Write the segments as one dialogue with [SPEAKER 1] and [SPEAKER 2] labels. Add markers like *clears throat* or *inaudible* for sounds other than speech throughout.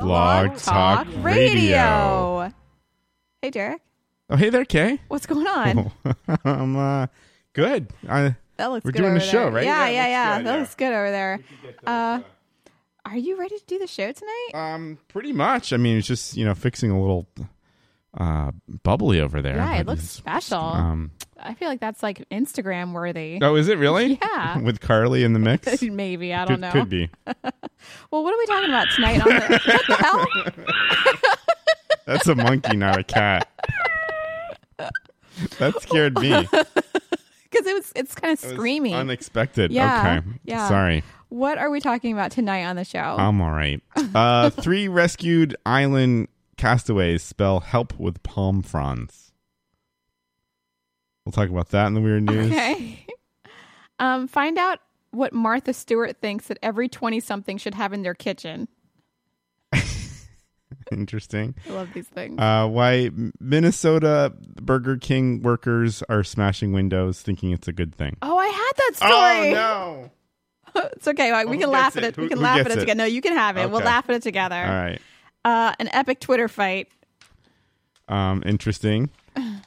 [SPEAKER 1] Blog Talk Radio.
[SPEAKER 2] Hey, Derek.
[SPEAKER 1] Oh, hey there,
[SPEAKER 2] *laughs*
[SPEAKER 1] Kay.
[SPEAKER 2] What's going on?
[SPEAKER 1] *laughs* I'm uh, good. I,
[SPEAKER 2] That looks
[SPEAKER 1] We're
[SPEAKER 2] good.
[SPEAKER 1] doing the
[SPEAKER 2] over
[SPEAKER 1] show,
[SPEAKER 2] there.
[SPEAKER 1] right?
[SPEAKER 2] Yeah,
[SPEAKER 1] Yeah,
[SPEAKER 2] yeah,
[SPEAKER 1] it
[SPEAKER 2] yeah.
[SPEAKER 1] looks good,
[SPEAKER 2] That
[SPEAKER 1] yeah.
[SPEAKER 2] looks good over there. Uh, are you ready to do the show tonight?
[SPEAKER 1] um, pretty much. I mean, it's just you know fixing a little uh bubbly over there.
[SPEAKER 2] yeah, it
[SPEAKER 1] But
[SPEAKER 2] looks
[SPEAKER 1] it's-
[SPEAKER 2] special.
[SPEAKER 1] Um,
[SPEAKER 2] I feel like that's like Instagram worthy.
[SPEAKER 1] oh, is it really? *laughs*
[SPEAKER 2] Yeah. *laughs*
[SPEAKER 1] With Carly in the mix, could,
[SPEAKER 2] Maybe I don't know.
[SPEAKER 1] could be.
[SPEAKER 2] Well, what are we talking about tonight? On the, what the hell?
[SPEAKER 1] *laughs* That's a monkey, not a
[SPEAKER 2] *laughs*
[SPEAKER 1] cat. that scared me. It was
[SPEAKER 2] Because it was it's kind of screaming.
[SPEAKER 1] Unexpected.
[SPEAKER 2] Yeah,
[SPEAKER 1] Okay.
[SPEAKER 2] yeah.
[SPEAKER 1] Sorry.
[SPEAKER 2] what are we talking about tonight on the show?
[SPEAKER 1] I'm all right.
[SPEAKER 2] *laughs*
[SPEAKER 1] Uh, three rescued island castaways spell help with palm fronds. We'll talk about that in the weird news.
[SPEAKER 2] okay. um, find out what Martha Stewart thinks that every twenty-something should have in their kitchen.
[SPEAKER 1] *laughs* Interesting.
[SPEAKER 2] I love these things.
[SPEAKER 1] Uh, why Minnesota Burger King workers are smashing windows thinking it's a good thing.
[SPEAKER 2] oh, I had that story.
[SPEAKER 1] Oh,
[SPEAKER 2] *laughs* it's okay. Like,
[SPEAKER 1] Well,
[SPEAKER 2] we
[SPEAKER 1] who
[SPEAKER 2] can laugh
[SPEAKER 1] gets
[SPEAKER 2] at
[SPEAKER 1] it?
[SPEAKER 2] it. We
[SPEAKER 1] Who-
[SPEAKER 2] can
[SPEAKER 1] who
[SPEAKER 2] laugh at
[SPEAKER 1] gets
[SPEAKER 2] it
[SPEAKER 1] it?
[SPEAKER 2] together. No, you can have it. We'll
[SPEAKER 1] Okay.
[SPEAKER 2] laugh at it together.
[SPEAKER 1] no. All right.
[SPEAKER 2] uh, an epic Twitter fight.
[SPEAKER 1] Um,
[SPEAKER 2] *sighs*
[SPEAKER 1] interesting.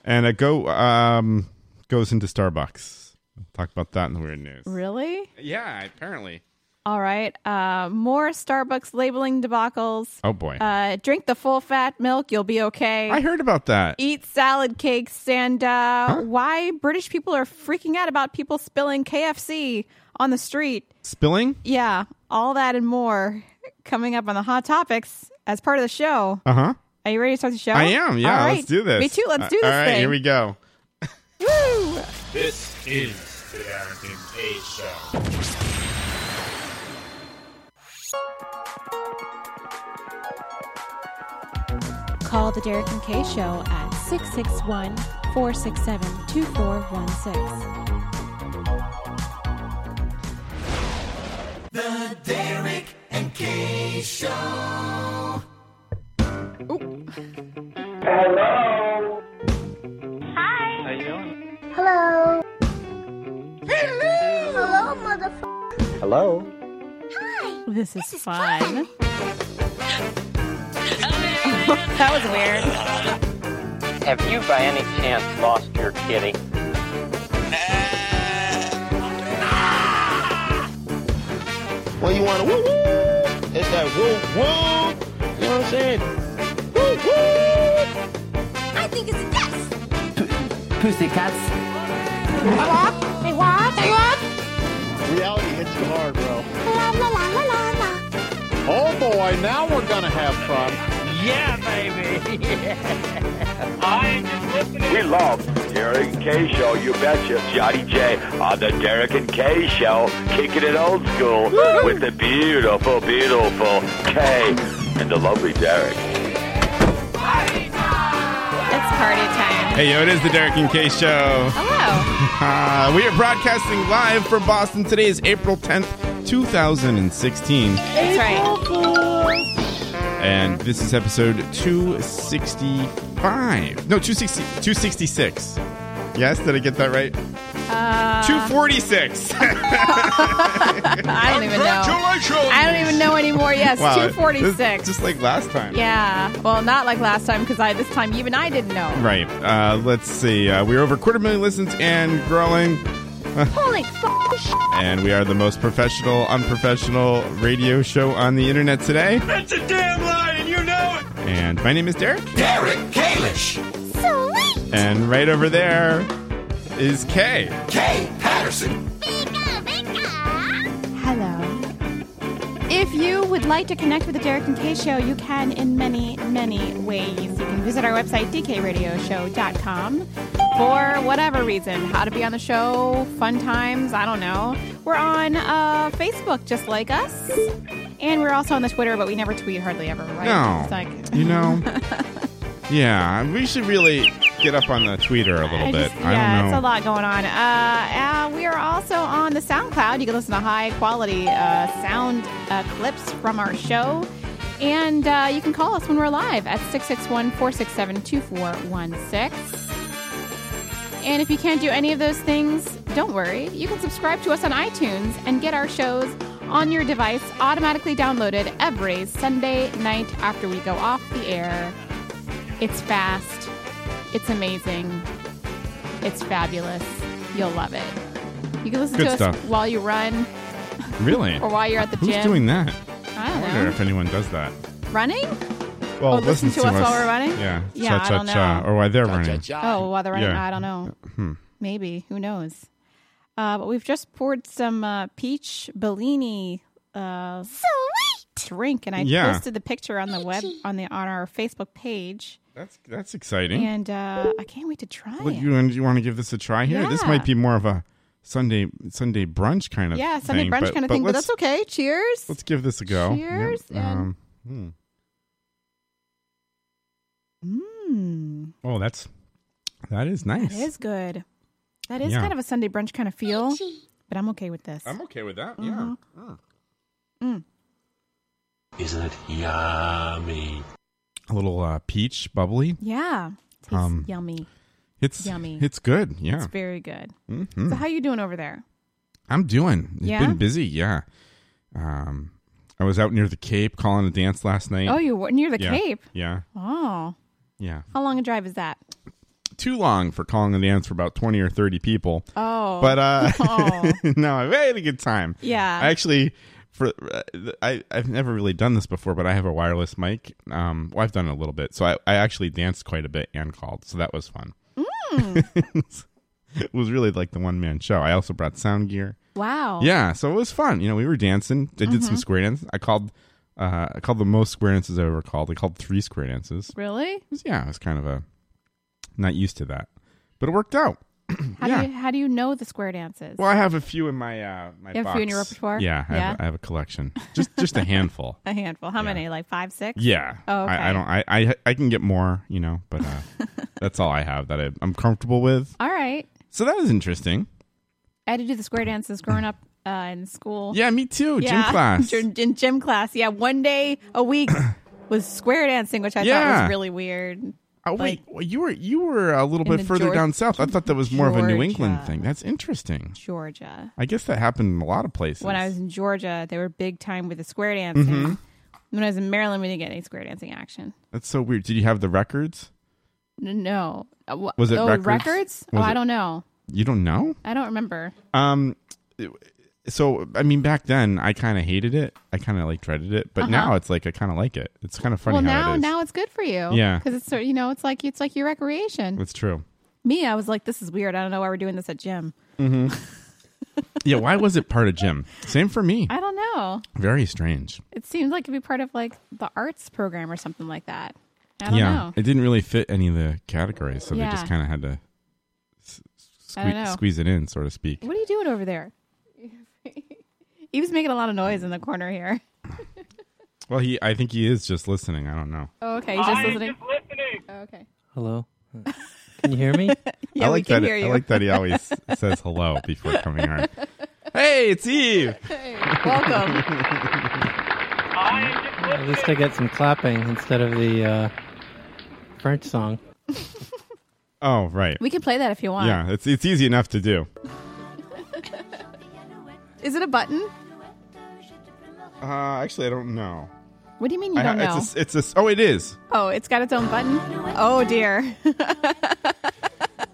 [SPEAKER 1] And a go um, goes into Starbucks. We'll talk about that in the weird news.
[SPEAKER 2] Really?
[SPEAKER 1] Yeah, apparently.
[SPEAKER 2] All right. Uh, more Starbucks labeling debacles.
[SPEAKER 1] Oh boy.
[SPEAKER 2] Uh, drink the full fat milk. You'll be okay.
[SPEAKER 1] I heard about that.
[SPEAKER 2] Eat salad cakes and uh, why British people are freaking out about people spilling KFC on the street.
[SPEAKER 1] Spilling?
[SPEAKER 2] Yeah, all that and more coming up on the hot topics as part of the show.
[SPEAKER 1] Uh huh.
[SPEAKER 2] Are you ready to start the show?
[SPEAKER 1] I am. Yeah,
[SPEAKER 2] Oh, All
[SPEAKER 1] let's
[SPEAKER 2] right.
[SPEAKER 1] do this.
[SPEAKER 2] Me too. Let's do this
[SPEAKER 1] All right,
[SPEAKER 2] thing.
[SPEAKER 1] here we go.
[SPEAKER 2] Woo!
[SPEAKER 3] This is the Darrington A Show.
[SPEAKER 4] Call the Derek and Kay Show at 661 467 2416.
[SPEAKER 5] Hello. Hello. Hello, motherfucker.
[SPEAKER 2] This is fun. that was weird.
[SPEAKER 6] Have you by any chance lost your kitty?
[SPEAKER 3] Well, you want to woo woo? It's that woo woo. You know what I'm saying? Woo woo.
[SPEAKER 5] I think it's a yes.
[SPEAKER 6] Pussycats.
[SPEAKER 5] They what? They what?
[SPEAKER 3] Reality hits you hard, bro.
[SPEAKER 5] La la la la la la.
[SPEAKER 3] Oh boy, now we're gonna have fun.
[SPEAKER 6] Yeah, baby.
[SPEAKER 7] We love Derek and K Show, you betcha. Johnny J on the Derek and K Show, kicking it old school with the beautiful, beautiful K and the lovely Derek.
[SPEAKER 2] It's party time.
[SPEAKER 1] Hey, yo, it is the Derek and Kay Show.
[SPEAKER 2] Hello.
[SPEAKER 1] Uh, we are broadcasting live from Boston. Today is April 10th, 2016.
[SPEAKER 2] That's right.
[SPEAKER 1] And this is episode 265. No, 260, 266. Yes, did I get that right?
[SPEAKER 2] Uh,
[SPEAKER 1] 246.
[SPEAKER 2] I don't even know. I don't even know anymore. Yes,
[SPEAKER 1] Wow,
[SPEAKER 2] two forty
[SPEAKER 1] this
[SPEAKER 2] six.
[SPEAKER 1] is Just like last time.
[SPEAKER 2] yeah. Well, not like last time because I this time even I didn't know.
[SPEAKER 1] Right. Uh, let's see. Uh, we're over a quarter million listens and growing.
[SPEAKER 5] Holy fucking shit.
[SPEAKER 1] And we are the most professional, unprofessional radio show on the internet today.
[SPEAKER 3] That's a damn lie, and you know it.
[SPEAKER 1] And my name is Derek.
[SPEAKER 3] Derek Kalish,
[SPEAKER 5] Sweet.
[SPEAKER 1] And right over there is Kay.
[SPEAKER 3] K Patterson.
[SPEAKER 5] Bika bika.
[SPEAKER 4] Hello. If you would like to connect with the Derek and Kay Show, you can in many, many ways. You can visit our website, dkradioshow.com.
[SPEAKER 2] For whatever reason, how to be on the show, fun times. I don't know. We're on uh, Facebook, just like us, and we're also on the Twitter, but we never tweet hardly ever. Right?
[SPEAKER 1] No.
[SPEAKER 2] It's like
[SPEAKER 1] You
[SPEAKER 2] *laughs*
[SPEAKER 1] know? yeah, we should really get up on the tweeter a little
[SPEAKER 2] I
[SPEAKER 1] bit.
[SPEAKER 2] just-
[SPEAKER 1] I don't
[SPEAKER 2] yeah,
[SPEAKER 1] know.
[SPEAKER 2] it's a lot going on. Uh, uh, we are also on the SoundCloud. You can listen to high quality uh, sound uh, clips from our show. And uh, you can call us when we're live at 661 467 2416. And if you can't do any of those things, don't worry. You can subscribe to us on iTunes and get our shows on your device, automatically downloaded every Sunday night after we go off the air. It's fast, it's amazing, it's fabulous. You'll love it. You can listen
[SPEAKER 1] Good
[SPEAKER 2] to
[SPEAKER 1] stuff.
[SPEAKER 2] us while you run
[SPEAKER 1] Really?
[SPEAKER 2] or while you're at the
[SPEAKER 1] Who's
[SPEAKER 2] gym.
[SPEAKER 1] doing that?
[SPEAKER 2] I
[SPEAKER 1] I
[SPEAKER 2] don't
[SPEAKER 1] wonder
[SPEAKER 2] know.
[SPEAKER 1] if anyone does that.
[SPEAKER 2] Running?
[SPEAKER 1] Well,
[SPEAKER 2] Oh, listen to us while we're running?
[SPEAKER 1] Yeah.
[SPEAKER 2] Yeah,
[SPEAKER 1] cha
[SPEAKER 2] I
[SPEAKER 1] cha
[SPEAKER 2] don't
[SPEAKER 1] cha.
[SPEAKER 2] know.
[SPEAKER 1] Or while they're running.
[SPEAKER 2] Oh, while they're running,
[SPEAKER 1] Yeah. Hmm.
[SPEAKER 2] I don't know. Maybe who knows? Uh, but we've just poured some uh, peach Bellini uh, drink, and I
[SPEAKER 1] Yeah.
[SPEAKER 2] posted the picture on the web on the on our Facebook page,
[SPEAKER 1] That's that's exciting.
[SPEAKER 2] and uh, I can't wait to try
[SPEAKER 1] Well,
[SPEAKER 2] it.
[SPEAKER 1] you want you want to give this a try here? This
[SPEAKER 2] Yeah.
[SPEAKER 1] might be more of a Sunday Sunday brunch kind of
[SPEAKER 2] yeah, Sunday
[SPEAKER 1] thing,
[SPEAKER 2] brunch
[SPEAKER 1] but-
[SPEAKER 2] kind of
[SPEAKER 1] but
[SPEAKER 2] thing, but
[SPEAKER 1] let's-
[SPEAKER 2] that's okay. Cheers!
[SPEAKER 1] Let's give this a go.
[SPEAKER 2] Cheers
[SPEAKER 1] Yep.
[SPEAKER 2] and-
[SPEAKER 1] Um, hmm.
[SPEAKER 2] Mmm,
[SPEAKER 1] Oh, that's that is nice.
[SPEAKER 2] that is good. That is
[SPEAKER 1] Yeah.
[SPEAKER 2] kind of a Sunday brunch kind of feel, but I'm okay with this.
[SPEAKER 1] I'm okay with that.
[SPEAKER 2] Mhm.
[SPEAKER 1] Yeah.
[SPEAKER 2] Mm-hmm.
[SPEAKER 1] Mm.
[SPEAKER 2] Mm.
[SPEAKER 8] Isn't it yummy?
[SPEAKER 1] A little uh, peach bubbly.
[SPEAKER 2] yeah, tastes
[SPEAKER 1] Um,
[SPEAKER 2] yummy.
[SPEAKER 1] It's
[SPEAKER 2] Yummy.
[SPEAKER 1] It's good. Yeah.
[SPEAKER 2] It's very good.
[SPEAKER 1] Mhm.
[SPEAKER 2] So, how you doing over there?
[SPEAKER 1] I'm doing. It's
[SPEAKER 2] Yeah?
[SPEAKER 1] been busy. Yeah. Um, I was out near the Cape calling a dance last night.
[SPEAKER 2] Oh, you were near the
[SPEAKER 1] yeah.
[SPEAKER 2] Cape.
[SPEAKER 1] Yeah.
[SPEAKER 2] Oh,
[SPEAKER 1] Yeah.
[SPEAKER 2] how long a drive is that?
[SPEAKER 1] Too long for calling a dance for about twenty or thirty people.
[SPEAKER 2] Oh,
[SPEAKER 1] but uh
[SPEAKER 2] Oh.
[SPEAKER 1] *laughs* no i had a good time
[SPEAKER 2] Yeah.
[SPEAKER 1] I actually for uh, I, i've never really done this before but i have a wireless mic um well i've done it a little bit so i, I actually danced quite a bit and called so that was fun
[SPEAKER 2] Mm.
[SPEAKER 1] *laughs* it was really like the one-man show i also brought sound gear
[SPEAKER 2] wow.
[SPEAKER 1] yeah so it was fun you know we were dancing i did some square dances i called uh i called the most square dances i ever called i called three square dances It
[SPEAKER 2] Really?
[SPEAKER 1] was- yeah i was kind of a not used to that but it worked out
[SPEAKER 2] How
[SPEAKER 1] Yeah.
[SPEAKER 2] do you how do you know the square dances?
[SPEAKER 1] Well, I have a few in my uh my
[SPEAKER 2] You have a
[SPEAKER 1] box.
[SPEAKER 2] few in your repertoire?
[SPEAKER 1] Yeah, I,
[SPEAKER 2] Yeah?
[SPEAKER 1] Have, I have a collection. Just just
[SPEAKER 2] *laughs*
[SPEAKER 1] a handful.
[SPEAKER 2] a handful. How many? Like five, six?
[SPEAKER 1] Yeah.
[SPEAKER 2] Oh, okay.
[SPEAKER 1] I, I don't. I, I I can get more. You know, but
[SPEAKER 2] *laughs*
[SPEAKER 1] uh, that's all I have that I, I'm comfortable with.
[SPEAKER 2] All right.
[SPEAKER 1] So that was interesting.
[SPEAKER 2] I had to do the square dances growing up uh, in school.
[SPEAKER 1] Yeah, me too. Gym
[SPEAKER 2] Yeah. *laughs*
[SPEAKER 1] class.
[SPEAKER 2] Dur- in gym class. Yeah, one day a week
[SPEAKER 1] *clears throat*
[SPEAKER 2] was square dancing, which I thought
[SPEAKER 1] Yeah.
[SPEAKER 2] was really weird.
[SPEAKER 1] oh wait, well, you were you were a little
[SPEAKER 2] In
[SPEAKER 1] bit
[SPEAKER 2] the
[SPEAKER 1] further
[SPEAKER 2] Geor-
[SPEAKER 1] down south. I thought that was more of a New England
[SPEAKER 2] Georgia.
[SPEAKER 1] thing. That's interesting.
[SPEAKER 2] Georgia.
[SPEAKER 1] I guess that happened in a lot of places.
[SPEAKER 2] When I was in Georgia, they were big time with the square dancing.
[SPEAKER 1] Mm-hmm.
[SPEAKER 2] When I was in Maryland, we didn't get any square dancing action.
[SPEAKER 1] that's so weird. Did you have the records?
[SPEAKER 2] N- No. Uh, wh-
[SPEAKER 1] Was it
[SPEAKER 2] oh,
[SPEAKER 1] records?
[SPEAKER 2] Oh,
[SPEAKER 1] Was
[SPEAKER 2] I
[SPEAKER 1] it-
[SPEAKER 2] don't know.
[SPEAKER 1] You don't know.
[SPEAKER 2] I don't remember.
[SPEAKER 1] Um, it- so I mean, back then I kind of hated it. I kind of like dreaded it, but now it's like I kind of like it. It's kind of funny
[SPEAKER 2] Uh-huh. well,
[SPEAKER 1] how
[SPEAKER 2] now
[SPEAKER 1] it is.
[SPEAKER 2] now it's good for you.
[SPEAKER 1] Yeah.
[SPEAKER 2] because it's sort- you know it's like it's like your recreation.
[SPEAKER 1] it's true.
[SPEAKER 2] Me, I was like, this is weird. I don't know why we're doing this at gym.
[SPEAKER 1] Yeah, why was it part of gym? Same for me.
[SPEAKER 2] I don't know.
[SPEAKER 1] Very strange.
[SPEAKER 2] It seems like it'd be part of like the arts program or something like that. I don't
[SPEAKER 1] yeah,
[SPEAKER 2] know.
[SPEAKER 1] it didn't really fit any of the categories, so they
[SPEAKER 2] Yeah.
[SPEAKER 1] just kind of had to s-
[SPEAKER 2] I don't
[SPEAKER 1] sque-
[SPEAKER 2] know.
[SPEAKER 1] squeeze it in, so to speak.
[SPEAKER 2] What are you doing over there? *laughs* Eve's making a lot of noise in the corner here.
[SPEAKER 1] *laughs* Well, he, I think he is just listening. I don't know.
[SPEAKER 2] Oh, okay. He's just listening. Oh, okay.
[SPEAKER 9] Hello. Can you hear
[SPEAKER 1] *laughs*
[SPEAKER 9] me?
[SPEAKER 2] Yeah,
[SPEAKER 1] I like
[SPEAKER 2] we can
[SPEAKER 1] that.
[SPEAKER 2] hear you.
[SPEAKER 1] I like that he
[SPEAKER 2] *laughs*
[SPEAKER 1] always says hello before coming on. Hey, it's Eve.
[SPEAKER 2] Welcome.
[SPEAKER 9] At least I get some clapping instead of the uh, French song.
[SPEAKER 1] Oh, right.
[SPEAKER 2] we can play that if you want.
[SPEAKER 1] Yeah, it's it's easy enough to do.
[SPEAKER 2] Is it a button?
[SPEAKER 1] Uh, actually, I don't know.
[SPEAKER 2] What do you mean you
[SPEAKER 1] I-
[SPEAKER 2] don't know?
[SPEAKER 1] It's a, it's a s- oh, it is.
[SPEAKER 2] Oh, it's got its own button. Oh dear.
[SPEAKER 9] Oh,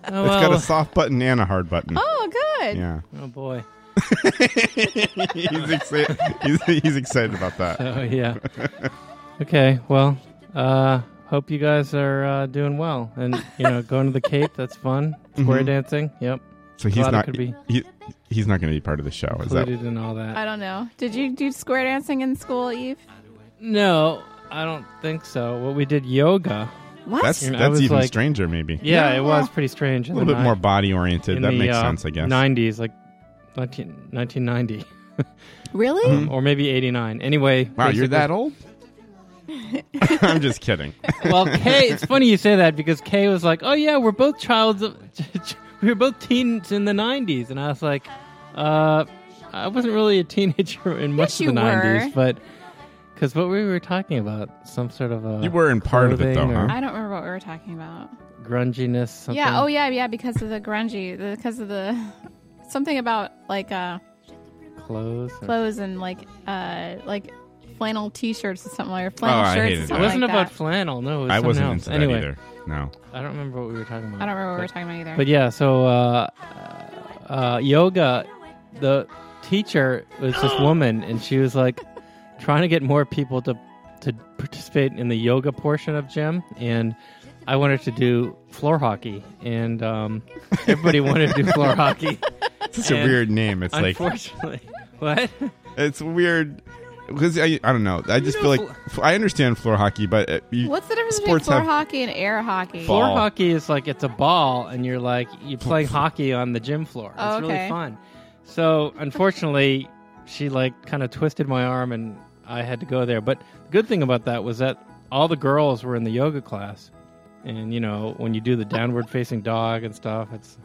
[SPEAKER 1] It's
[SPEAKER 9] well.
[SPEAKER 1] got a soft button and a hard button.
[SPEAKER 2] *laughs* Oh, good.
[SPEAKER 1] Yeah, *laughs*
[SPEAKER 9] oh boy.
[SPEAKER 1] he's, exci- he's he's excited about that.
[SPEAKER 9] Oh yeah. okay. Well, uh, hope you guys are uh, doing well, and you know, going to
[SPEAKER 1] *laughs*
[SPEAKER 9] the Cape. That's fun.
[SPEAKER 1] Mm-hmm.
[SPEAKER 9] Square dancing. Yep.
[SPEAKER 1] So he's
[SPEAKER 9] Glad it
[SPEAKER 1] not
[SPEAKER 9] could be.
[SPEAKER 1] he, he's not going to be part of the show. Is that
[SPEAKER 9] Included in all that.
[SPEAKER 2] I don't know. Did you do square dancing in school, Eve?
[SPEAKER 9] no, I don't think so. Well, we did yoga.
[SPEAKER 2] What?
[SPEAKER 1] that's
[SPEAKER 9] I
[SPEAKER 1] that's
[SPEAKER 9] was
[SPEAKER 1] even
[SPEAKER 9] like-
[SPEAKER 1] stranger? Maybe
[SPEAKER 9] Yeah, it was pretty strange.
[SPEAKER 1] a little bit more body oriented.
[SPEAKER 9] In
[SPEAKER 1] That
[SPEAKER 9] the,
[SPEAKER 1] makes
[SPEAKER 9] uh,
[SPEAKER 1] sense, I guess.
[SPEAKER 9] 90s, like 19, 1990,
[SPEAKER 2] really?
[SPEAKER 1] Mm-hmm.
[SPEAKER 9] or maybe 89. Anyway.
[SPEAKER 1] Wow, you're
[SPEAKER 9] basically-
[SPEAKER 1] that old? *laughs* I'm just kidding.
[SPEAKER 9] well, Kay, it's funny you say that because Kay was like, "Oh yeah, we're both childs. Of, *laughs* we were both teens in the '90s," and I was like, "Uh, I wasn't really a teenager in
[SPEAKER 2] Yes,
[SPEAKER 9] much of the
[SPEAKER 2] you were.
[SPEAKER 9] '90s, but because what we were talking about, some sort of a
[SPEAKER 1] You were in part of it,
[SPEAKER 9] clothing
[SPEAKER 1] though,
[SPEAKER 9] or
[SPEAKER 1] huh?
[SPEAKER 2] I don't remember what we were talking about.
[SPEAKER 9] grunginess. Something.
[SPEAKER 2] Yeah. Oh, yeah. Yeah. Because of the grungy. the- Because of the something about like uh,
[SPEAKER 9] clothes? or-
[SPEAKER 2] clothes and like uh like flannel t-shirts or something like or flannel
[SPEAKER 1] Oh, I
[SPEAKER 2] shirts
[SPEAKER 1] hated
[SPEAKER 2] or
[SPEAKER 1] that.
[SPEAKER 9] It
[SPEAKER 2] something
[SPEAKER 9] wasn't
[SPEAKER 2] like
[SPEAKER 9] about
[SPEAKER 2] that.
[SPEAKER 9] flannel. No, it was
[SPEAKER 1] I
[SPEAKER 9] something
[SPEAKER 1] wasn't
[SPEAKER 9] else.
[SPEAKER 1] into
[SPEAKER 9] anyway,
[SPEAKER 1] that either. No.
[SPEAKER 9] I don't remember what we were talking about.
[SPEAKER 2] I don't remember what we
[SPEAKER 9] but-
[SPEAKER 2] were talking about either.
[SPEAKER 9] But yeah, so uh, uh, yoga, the teacher was this woman, and she was like trying to get more people to to participate in the yoga portion of gym, and I wanted to do floor hockey, and um, everybody wanted to do
[SPEAKER 1] *laughs*
[SPEAKER 9] floor hockey.
[SPEAKER 1] It's such a
[SPEAKER 9] And
[SPEAKER 1] weird name. It's like
[SPEAKER 9] Unfortunately, *laughs* what?
[SPEAKER 1] it's weird because I, I don't know. I just
[SPEAKER 9] know,
[SPEAKER 1] feel like f- I understand floor hockey, but uh, you,
[SPEAKER 2] What's the difference between
[SPEAKER 1] sports
[SPEAKER 2] floor
[SPEAKER 1] have-
[SPEAKER 2] hockey and air
[SPEAKER 1] Ball.
[SPEAKER 2] hockey?
[SPEAKER 9] Floor hockey is like it's a ball, and you're like you play hockey on the gym floor. It's
[SPEAKER 2] Oh, okay.
[SPEAKER 9] really fun. So unfortunately, she like kind of twisted my arm, and I had to go there. But the good thing about that was that all the girls were in the yoga class, and you know when you do the downward facing dog and stuff, it's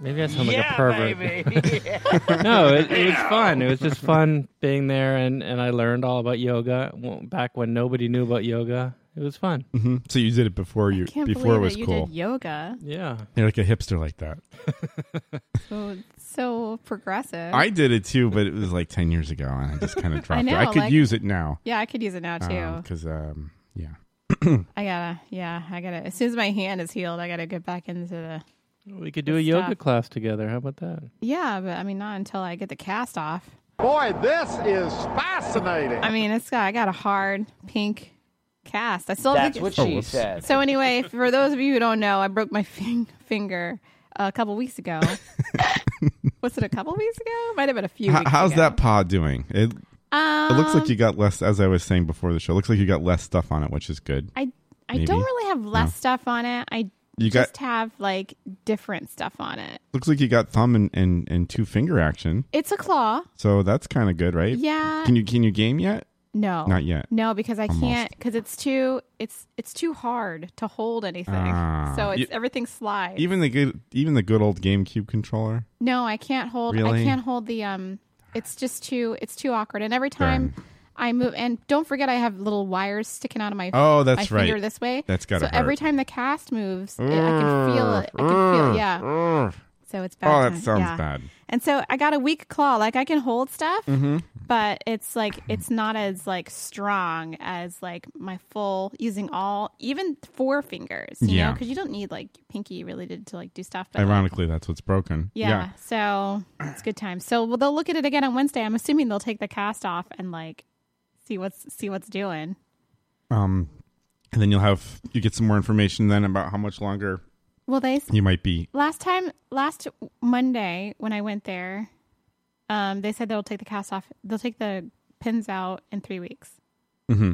[SPEAKER 9] maybe I sound like a pervert. *laughs* no, it, it was fun. It was just fun being there, and and I learned all about yoga well, back when nobody knew about yoga. It was fun.
[SPEAKER 1] Mhm. so you did it before you
[SPEAKER 2] I can't
[SPEAKER 1] before it
[SPEAKER 2] believe
[SPEAKER 1] was
[SPEAKER 2] that you
[SPEAKER 1] cool.
[SPEAKER 2] did yoga.
[SPEAKER 9] Yeah.
[SPEAKER 1] You're like a hipster like that.
[SPEAKER 2] So, so progressive.
[SPEAKER 1] I did it too, but it was like ten years ago, and I just
[SPEAKER 2] *laughs*
[SPEAKER 1] kind of dropped
[SPEAKER 2] know,
[SPEAKER 1] it. I could
[SPEAKER 2] like-
[SPEAKER 1] use it now
[SPEAKER 2] yeah, I could use it now too.
[SPEAKER 1] because um, yeah,
[SPEAKER 2] I gotta, yeah, I gotta. As soon as my hand is healed, I gotta get back into the.
[SPEAKER 9] We could do a
[SPEAKER 2] Good
[SPEAKER 9] yoga
[SPEAKER 2] stuff.
[SPEAKER 9] class together. How about that?
[SPEAKER 2] Yeah, but I mean, not until I get the cast off.
[SPEAKER 10] Boy, this is fascinating.
[SPEAKER 2] I mean, it's got, I got a hard pink cast. I still
[SPEAKER 6] That's
[SPEAKER 2] think
[SPEAKER 6] what
[SPEAKER 1] Oh,
[SPEAKER 6] she said.
[SPEAKER 2] So anyway, for those of you who don't know, I broke my *laughs* fing- finger a couple
[SPEAKER 1] *laughs*
[SPEAKER 2] weeks ago. Was it a couple weeks ago? Might have been a few.
[SPEAKER 1] H-
[SPEAKER 2] weeks
[SPEAKER 1] how's
[SPEAKER 2] ago.
[SPEAKER 1] that pod doing? It
[SPEAKER 2] Um,
[SPEAKER 1] it looks like you got less, as I was saying before the show. Looks like you got less stuff on it, which is good.
[SPEAKER 2] I I
[SPEAKER 1] maybe.
[SPEAKER 2] don't really have less stuff on it. I
[SPEAKER 1] You got
[SPEAKER 2] just have like different stuff on it.
[SPEAKER 1] looks like you got thumb and and, and two finger action,
[SPEAKER 2] It's a claw.
[SPEAKER 1] so that's kind of good, right?
[SPEAKER 2] Yeah.
[SPEAKER 1] Can you can you game yet?
[SPEAKER 2] No.
[SPEAKER 1] Not yet.
[SPEAKER 2] No, because I
[SPEAKER 1] Almost.
[SPEAKER 2] can't because it's too it's it's too hard to hold anything.
[SPEAKER 1] Ah.
[SPEAKER 2] so it's
[SPEAKER 1] You-
[SPEAKER 2] everything slides.
[SPEAKER 1] Even the good even the good old GameCube controller.
[SPEAKER 2] No, I can't hold.
[SPEAKER 1] Really?
[SPEAKER 2] I can't hold the. Um, it's just too. It's too awkward. And every time I move, and don't forget, I have little wires sticking out of my.
[SPEAKER 1] Oh, that's
[SPEAKER 2] my
[SPEAKER 1] right.
[SPEAKER 2] Finger this way.
[SPEAKER 1] That's gotta
[SPEAKER 2] So every
[SPEAKER 1] hurt.
[SPEAKER 2] time the cast moves, it, I can feel it. I can feel. Yeah.
[SPEAKER 1] Oh,
[SPEAKER 2] So it's bad.
[SPEAKER 1] that
[SPEAKER 2] time.
[SPEAKER 1] sounds
[SPEAKER 2] Yeah.
[SPEAKER 1] bad.
[SPEAKER 2] And so I got a weak claw. Like I can hold stuff, but it's like it's not as like strong as like my full using all even four fingers. You
[SPEAKER 1] Yeah.
[SPEAKER 2] Because you don't need like your pinky really to, to like do stuff. But like,
[SPEAKER 1] Ironically, that's what's broken.
[SPEAKER 2] yeah, so it's good time. So well, they'll look at it again on Wednesday. I'm assuming they'll take the cast off and like see what's see what's doing.
[SPEAKER 1] Um, and then you'll have you get some more information then about how much longer
[SPEAKER 2] Well, they s-
[SPEAKER 1] you might be.
[SPEAKER 2] last time last Monday when I went there, um, they said they'll take the cast off. They'll take the pins out in three weeks.
[SPEAKER 1] Mm-hmm.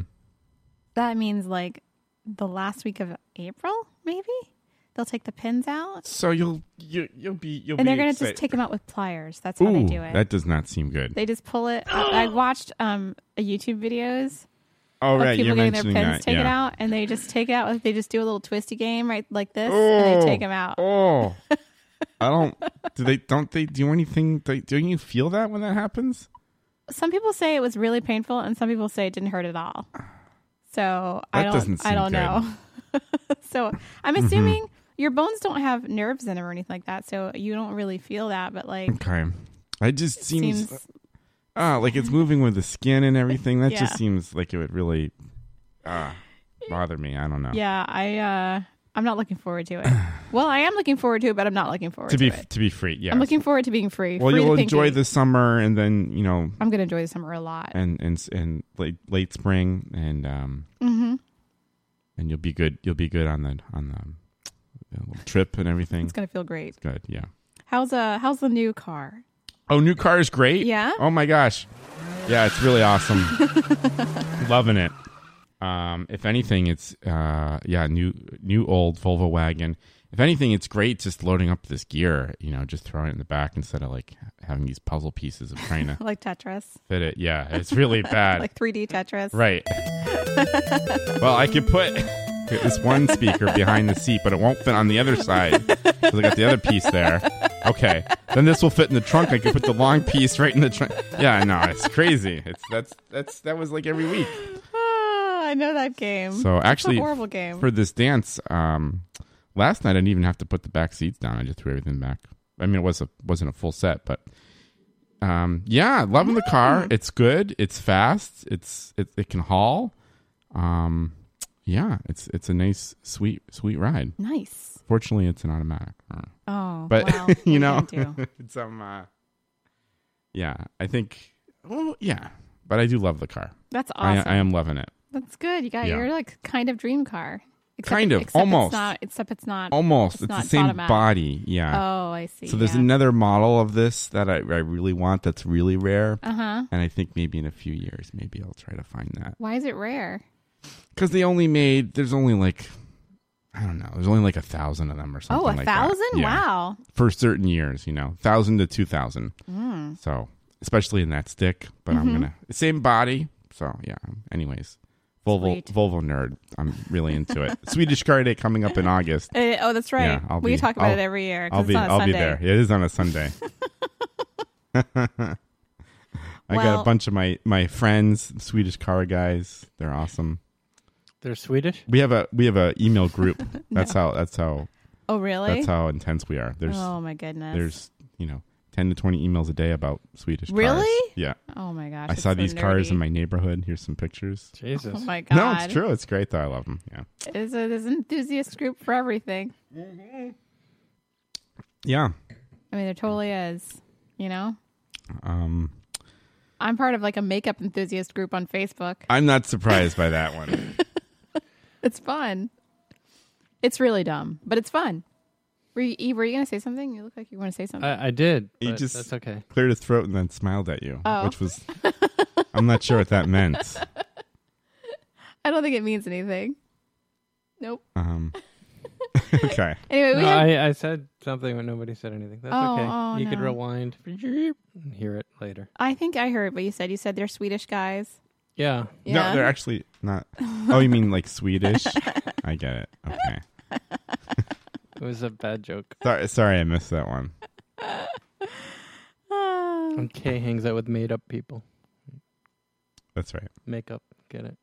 [SPEAKER 2] That means like the last week of April, maybe they'll take the pins out,
[SPEAKER 1] So you'll you you'll be you'll
[SPEAKER 2] and
[SPEAKER 1] be
[SPEAKER 2] they're gonna
[SPEAKER 1] excited.
[SPEAKER 2] just take them out with pliers. That's how
[SPEAKER 1] Ooh,
[SPEAKER 2] they do it.
[SPEAKER 1] that does not seem good.
[SPEAKER 2] they just pull it. I, I watched um YouTube videos
[SPEAKER 1] oh
[SPEAKER 2] of
[SPEAKER 1] right,
[SPEAKER 2] people
[SPEAKER 1] you're
[SPEAKER 2] getting their
[SPEAKER 1] mentioning
[SPEAKER 2] pins
[SPEAKER 1] that.
[SPEAKER 2] taken
[SPEAKER 1] yeah.
[SPEAKER 2] out, and they just take it out. like, They just do a little twisty game, right, like this, and they take them out. *laughs*
[SPEAKER 1] Oh, I don't. Do they? Don't they do anything? They, don't you feel that when that happens?
[SPEAKER 2] Some people say it was really painful, and some people say it didn't hurt at all. So I
[SPEAKER 1] That
[SPEAKER 2] don't,
[SPEAKER 1] doesn't
[SPEAKER 2] I
[SPEAKER 1] seem
[SPEAKER 2] don't
[SPEAKER 1] good. Mm-hmm.
[SPEAKER 2] know. *laughs* so I'm assuming your bones don't have nerves in them or anything like that, so you don't really feel that. But like,
[SPEAKER 1] Okay, I just seems,
[SPEAKER 2] seems
[SPEAKER 1] ah like it's moving with the skin and everything. That just
[SPEAKER 2] Yeah.
[SPEAKER 1] seems like it would really ah bother me. I don't know.
[SPEAKER 2] yeah, I uh, I'm not looking forward to
[SPEAKER 1] *clears throat*
[SPEAKER 2] it. well, I am looking forward to it, but I'm not looking forward
[SPEAKER 1] To
[SPEAKER 2] to,
[SPEAKER 1] be
[SPEAKER 2] it.
[SPEAKER 1] to be free. Yeah.
[SPEAKER 2] I'm looking forward to being free.
[SPEAKER 1] well,
[SPEAKER 2] free
[SPEAKER 1] you'll
[SPEAKER 2] the
[SPEAKER 1] enjoy
[SPEAKER 2] pinky.
[SPEAKER 1] the summer, and then you know
[SPEAKER 2] I'm gonna enjoy the summer a lot.
[SPEAKER 1] and and and late late spring and um
[SPEAKER 2] Mm-hmm.
[SPEAKER 1] and you'll be good you'll be good on the on the, the little trip and everything
[SPEAKER 2] It's gonna feel great.
[SPEAKER 1] good yeah
[SPEAKER 2] How's uh how's the new car?
[SPEAKER 1] oh new car is great
[SPEAKER 2] Yeah?
[SPEAKER 1] oh my gosh yeah it's really
[SPEAKER 2] *laughs*
[SPEAKER 1] awesome loving it um if anything it's uh yeah new new old volvo wagon if anything it's great just loading up this gear you know just throwing it in the back instead of like having these puzzle pieces of trying
[SPEAKER 2] *laughs*
[SPEAKER 1] to
[SPEAKER 2] Like Tetris,
[SPEAKER 1] fit it yeah it's really bad
[SPEAKER 2] like 3D Tetris.
[SPEAKER 1] Right. well, I could put this one speaker behind the seat, but it won't fit on the other side because I got the other piece there. Okay. Then this will fit in the trunk. I could put the long piece right in the trunk. Yeah, no, it's crazy. It's that's that's that was like every week.
[SPEAKER 2] Ah, I know that game.
[SPEAKER 1] So actually,
[SPEAKER 2] horrible game.
[SPEAKER 1] for this dance. Um, last night I didn't even have to put the back seats down. I just threw everything back. I mean, it was a wasn't a full set, but um, yeah, loving the
[SPEAKER 2] Mm.
[SPEAKER 1] car. It's good. It's fast. It's it, it can haul. Um, yeah, it's it's a nice, sweet, sweet ride.
[SPEAKER 2] Nice.
[SPEAKER 1] Fortunately, it's an automatic. Uh,
[SPEAKER 2] Oh,
[SPEAKER 1] but
[SPEAKER 2] well,
[SPEAKER 1] *laughs*
[SPEAKER 2] what
[SPEAKER 1] you
[SPEAKER 2] you
[SPEAKER 1] know,
[SPEAKER 2] gonna do?
[SPEAKER 1] it's um, uh, yeah, I think. Oh, yeah, but I do love the car.
[SPEAKER 2] That's awesome.
[SPEAKER 1] *laughs* I, I am loving it.
[SPEAKER 2] That's good. You got
[SPEAKER 1] Yeah.
[SPEAKER 2] your like kind of dream car. Except
[SPEAKER 1] Kind
[SPEAKER 2] it-
[SPEAKER 1] of,
[SPEAKER 2] except
[SPEAKER 1] almost.
[SPEAKER 2] It's not, except it's not.
[SPEAKER 1] Almost, it's,
[SPEAKER 2] not
[SPEAKER 1] the same
[SPEAKER 2] bottom out.
[SPEAKER 1] body. Yeah.
[SPEAKER 2] Oh, I see.
[SPEAKER 1] So there's
[SPEAKER 2] yeah.
[SPEAKER 1] another model of this that I, I really want. That's really rare.
[SPEAKER 2] Uh-huh.
[SPEAKER 1] And I think maybe in a few years, maybe I'll try to find that.
[SPEAKER 2] Why is it rare?
[SPEAKER 1] Because they only made there's only like I don't know, there's only like a thousand of them or something.
[SPEAKER 2] Oh, a
[SPEAKER 1] like that.
[SPEAKER 2] thousand?
[SPEAKER 1] Yeah.
[SPEAKER 2] Wow.
[SPEAKER 1] For certain years, you know, thousand to two thousand.
[SPEAKER 2] Mm.
[SPEAKER 1] So especially in that stick, but I'm
[SPEAKER 2] Mhm.
[SPEAKER 1] gonna same body. So yeah. Anyways, Volvo
[SPEAKER 2] Sweet.
[SPEAKER 1] Volvo nerd. I'm really into it. Swedish Car Day coming up in August.
[SPEAKER 2] Uh, oh, that's right.
[SPEAKER 1] Yeah, I'll
[SPEAKER 2] we
[SPEAKER 1] be-
[SPEAKER 2] talk about
[SPEAKER 1] I'll-
[SPEAKER 2] it every year. 'cause
[SPEAKER 1] I'll
[SPEAKER 2] it's
[SPEAKER 1] be
[SPEAKER 2] on a
[SPEAKER 1] I'll be
[SPEAKER 2] Sunday.
[SPEAKER 1] there. Yeah, It is on a
[SPEAKER 2] *laughs*
[SPEAKER 1] Sunday. *laughs* I got
[SPEAKER 2] Well-
[SPEAKER 1] a bunch of my my friends, Swedish car guys. They're awesome.
[SPEAKER 9] They're Swedish.
[SPEAKER 1] We have a we have a email
[SPEAKER 2] *laughs*
[SPEAKER 1] group. That's how that's how
[SPEAKER 2] Oh, really?
[SPEAKER 1] that's how intense we are. There's
[SPEAKER 2] oh my goodness.
[SPEAKER 1] there's you know ten to twenty emails a day about Swedish cars.
[SPEAKER 2] Really?
[SPEAKER 1] Yeah.
[SPEAKER 2] Oh my gosh,
[SPEAKER 1] I
[SPEAKER 2] it's
[SPEAKER 1] saw
[SPEAKER 2] so
[SPEAKER 1] these cars in
[SPEAKER 2] nerdy.
[SPEAKER 1] my neighborhood. Here's some pictures.
[SPEAKER 9] Jesus.
[SPEAKER 2] Oh my
[SPEAKER 1] *laughs* No,
[SPEAKER 2] god.
[SPEAKER 1] it's true. It's great though. I love them. Yeah.
[SPEAKER 2] It's a, there's an enthusiast group for everything.
[SPEAKER 1] Yeah.
[SPEAKER 2] I mean, there totally is. You know,
[SPEAKER 1] Um,
[SPEAKER 2] I'm part of like a makeup enthusiast group on Facebook.
[SPEAKER 1] I'm not surprised by that
[SPEAKER 2] *laughs*
[SPEAKER 1] one.
[SPEAKER 2] It's fun. It's really dumb, but it's fun. Were you, Eve, were you going to say something? You look like you want to say something.
[SPEAKER 9] *laughs* I, I did.
[SPEAKER 1] He
[SPEAKER 9] but
[SPEAKER 1] just
[SPEAKER 9] that's okay.
[SPEAKER 1] cleared his throat and then smiled at you,
[SPEAKER 2] Oh.
[SPEAKER 1] which was I'm not sure what that meant.
[SPEAKER 2] I don't think it means anything. Nope.
[SPEAKER 1] Um, *laughs* okay.
[SPEAKER 2] Anyway, we
[SPEAKER 9] No,
[SPEAKER 2] have,
[SPEAKER 9] I, I said something, but nobody said anything. That's
[SPEAKER 2] Oh,
[SPEAKER 9] okay.
[SPEAKER 2] oh,
[SPEAKER 9] you could
[SPEAKER 2] no.
[SPEAKER 9] rewind and hear it later.
[SPEAKER 2] I think I heard what you said. You said they're Swedish guys.
[SPEAKER 9] Yeah.
[SPEAKER 2] Yeah.
[SPEAKER 1] No, they're actually not. Oh, you mean like Swedish? I get it. Okay.
[SPEAKER 9] It was a bad joke.
[SPEAKER 1] Sorry, sorry, I missed that one.
[SPEAKER 2] Ah.
[SPEAKER 9] And Kay hangs out with made up people.
[SPEAKER 1] That's right.
[SPEAKER 9] Make up. Get it.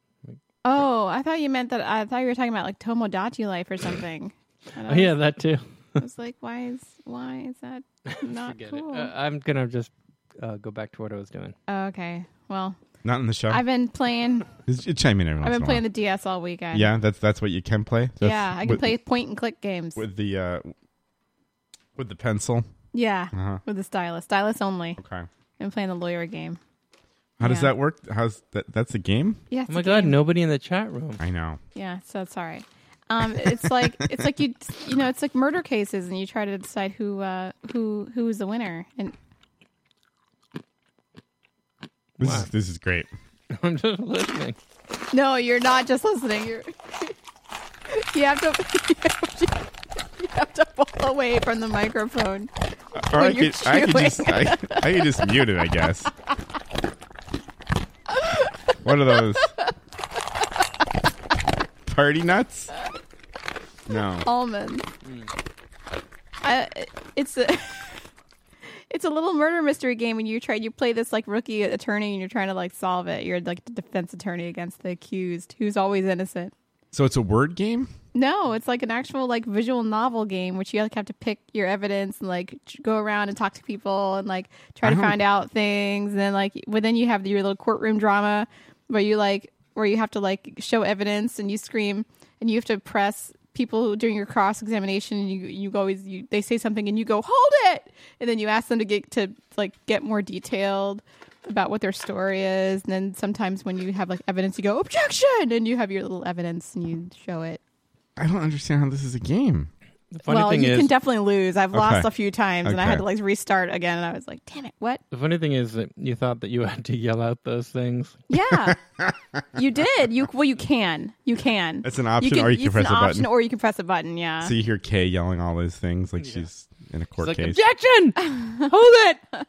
[SPEAKER 2] oh, I thought you meant that. I thought you were talking about like Tomodachi life or
[SPEAKER 9] *laughs*
[SPEAKER 2] something. And I
[SPEAKER 9] Oh, yeah, that too.
[SPEAKER 2] I was like, why is why is
[SPEAKER 9] *laughs*
[SPEAKER 2] that not
[SPEAKER 9] Forget
[SPEAKER 2] cool?
[SPEAKER 9] it. Uh, I'm going to just uh, go back to what I was doing.
[SPEAKER 2] Oh, okay. Well,
[SPEAKER 1] Not in the show.
[SPEAKER 2] I've
[SPEAKER 1] *laughs*
[SPEAKER 2] been playing.
[SPEAKER 1] Just- you chime in every
[SPEAKER 2] I've
[SPEAKER 1] once
[SPEAKER 2] been
[SPEAKER 1] in a
[SPEAKER 2] playing
[SPEAKER 1] while.
[SPEAKER 2] the DS all weekend.
[SPEAKER 1] yeah, that's that's what you can play. That's
[SPEAKER 2] yeah, I can
[SPEAKER 1] with,
[SPEAKER 2] play point and click games.
[SPEAKER 1] with the uh, with the pencil.
[SPEAKER 2] yeah,
[SPEAKER 1] Uh-huh.
[SPEAKER 2] with the stylus, stylus only.
[SPEAKER 1] Okay.
[SPEAKER 2] I'm playing the lawyer game.
[SPEAKER 9] Oh
[SPEAKER 1] How does
[SPEAKER 2] Yeah.
[SPEAKER 1] that work? How's that? That's a game.
[SPEAKER 2] Yeah. it's
[SPEAKER 9] Oh
[SPEAKER 2] a
[SPEAKER 9] my God,
[SPEAKER 2] game.
[SPEAKER 9] nobody in the chat room. *laughs*
[SPEAKER 1] I know.
[SPEAKER 2] Yeah, so it's all right. Um, it's like it's like you you know it's like murder cases and you try to decide who uh, who who is the winner and
[SPEAKER 1] This
[SPEAKER 9] Wow.
[SPEAKER 1] is this is great.
[SPEAKER 9] I'm just listening.
[SPEAKER 2] no you're not just listening you're *laughs* you have to you have to, *laughs* you have to pull away from the microphone
[SPEAKER 1] Or I
[SPEAKER 2] you're
[SPEAKER 1] could, I could
[SPEAKER 2] chewing.
[SPEAKER 1] just I, I could just mute it. I guess. What are those? Party nuts? No.
[SPEAKER 2] almond. I, it's a *laughs* it's a little murder mystery game, and you try you play this like rookie attorney, and you're trying to like solve it. You're like the defense attorney against the accused, who's always innocent.
[SPEAKER 1] So it's a word game.
[SPEAKER 2] No, it's like an actual like visual novel game, which you like have to pick your evidence and like tr- go around and talk to people and like try
[SPEAKER 1] I
[SPEAKER 2] to
[SPEAKER 1] don't-
[SPEAKER 2] find out things. And then like, but then you have your little courtroom drama where you like where you have to like show evidence and you scream and you have to press people during your cross examination. And you you always you, they say something and you go hold it, and then you ask them to get to like get more detailed about what their story is. And then sometimes when you have like evidence, you go objection, and you have your little evidence and you show it.
[SPEAKER 1] I don't understand how this is a game.
[SPEAKER 9] The funny
[SPEAKER 2] well,
[SPEAKER 9] thing
[SPEAKER 2] you
[SPEAKER 9] is,
[SPEAKER 2] can definitely lose. I've lost
[SPEAKER 1] Okay.
[SPEAKER 2] a few times, and I had
[SPEAKER 1] Okay.
[SPEAKER 2] to like restart again. And I was like, "Damn it, what?"
[SPEAKER 9] the funny thing is that you thought that you had to yell out those things.
[SPEAKER 1] *laughs*
[SPEAKER 2] Yeah, you did. You well, you can, you can.
[SPEAKER 1] It's an option, or you can
[SPEAKER 2] it's
[SPEAKER 1] press
[SPEAKER 2] an
[SPEAKER 1] a
[SPEAKER 2] option,
[SPEAKER 1] button.
[SPEAKER 2] or you can press a button. Yeah.
[SPEAKER 1] So you hear Kay yelling all those things like she's in a court
[SPEAKER 9] It's like
[SPEAKER 1] case.
[SPEAKER 9] objection. Hold it.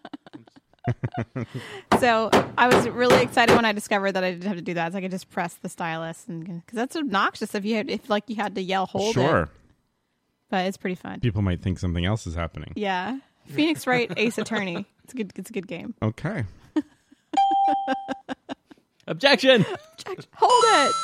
[SPEAKER 2] *laughs* So I was really excited when I discovered that I didn't have to do that. So I could just press the stylus, and because that's obnoxious if you had, if like you had to yell hold
[SPEAKER 1] sure,
[SPEAKER 2] it. But it's pretty fun.
[SPEAKER 1] people might think something else is happening.
[SPEAKER 2] Yeah, Phoenix Wright Ace Attorney. It's a good. It's a good game.
[SPEAKER 1] Okay,
[SPEAKER 9] Objection.
[SPEAKER 2] Hold it.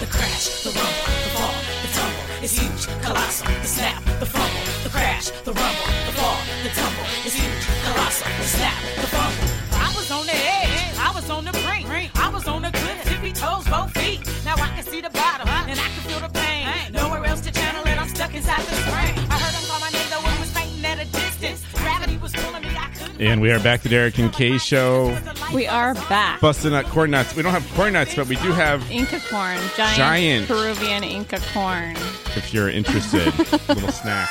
[SPEAKER 11] The crash, the rumble, the fall, the tumble is huge, colossal. The snap, the fumble, the crash, the rumble, the fall, the tumble is huge, colossal. The snap, the fumble. I was on the edge, I was on the brink, I was on the cliff, tippy toes, both feet. Now I can see the bottom and I can feel the pain. Nowhere else to channel it, I'm stuck inside the spring. I heard him call my name, though it was fainting at a distance. Gravity was pulling me, I couldn't.
[SPEAKER 1] And we are back to Derek and Kay show.
[SPEAKER 2] We are back.
[SPEAKER 1] Busting out corn nuts. We don't have corn nuts, but we do have,
[SPEAKER 2] Inca corn, giant,
[SPEAKER 1] Giant.
[SPEAKER 2] Peruvian Inca corn.
[SPEAKER 1] if you're interested, little snack.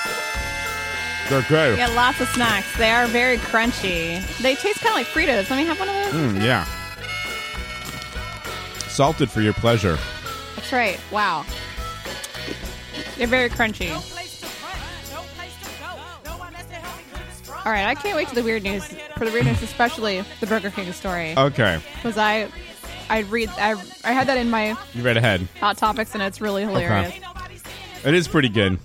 [SPEAKER 1] They're good.
[SPEAKER 2] Yeah, lots of snacks. They are very crunchy. They taste kind of like Fritos. Let me have one of those.
[SPEAKER 1] Mm, yeah. Salted for your pleasure.
[SPEAKER 2] That's right. Wow. They're very crunchy. All right, I can't wait to the weird news for the weird news, especially the Burger King story.
[SPEAKER 1] Okay.
[SPEAKER 2] because I, I read, I, I had that in my
[SPEAKER 1] You read ahead.
[SPEAKER 2] hot topics, and it's really hilarious.
[SPEAKER 1] It is pretty good.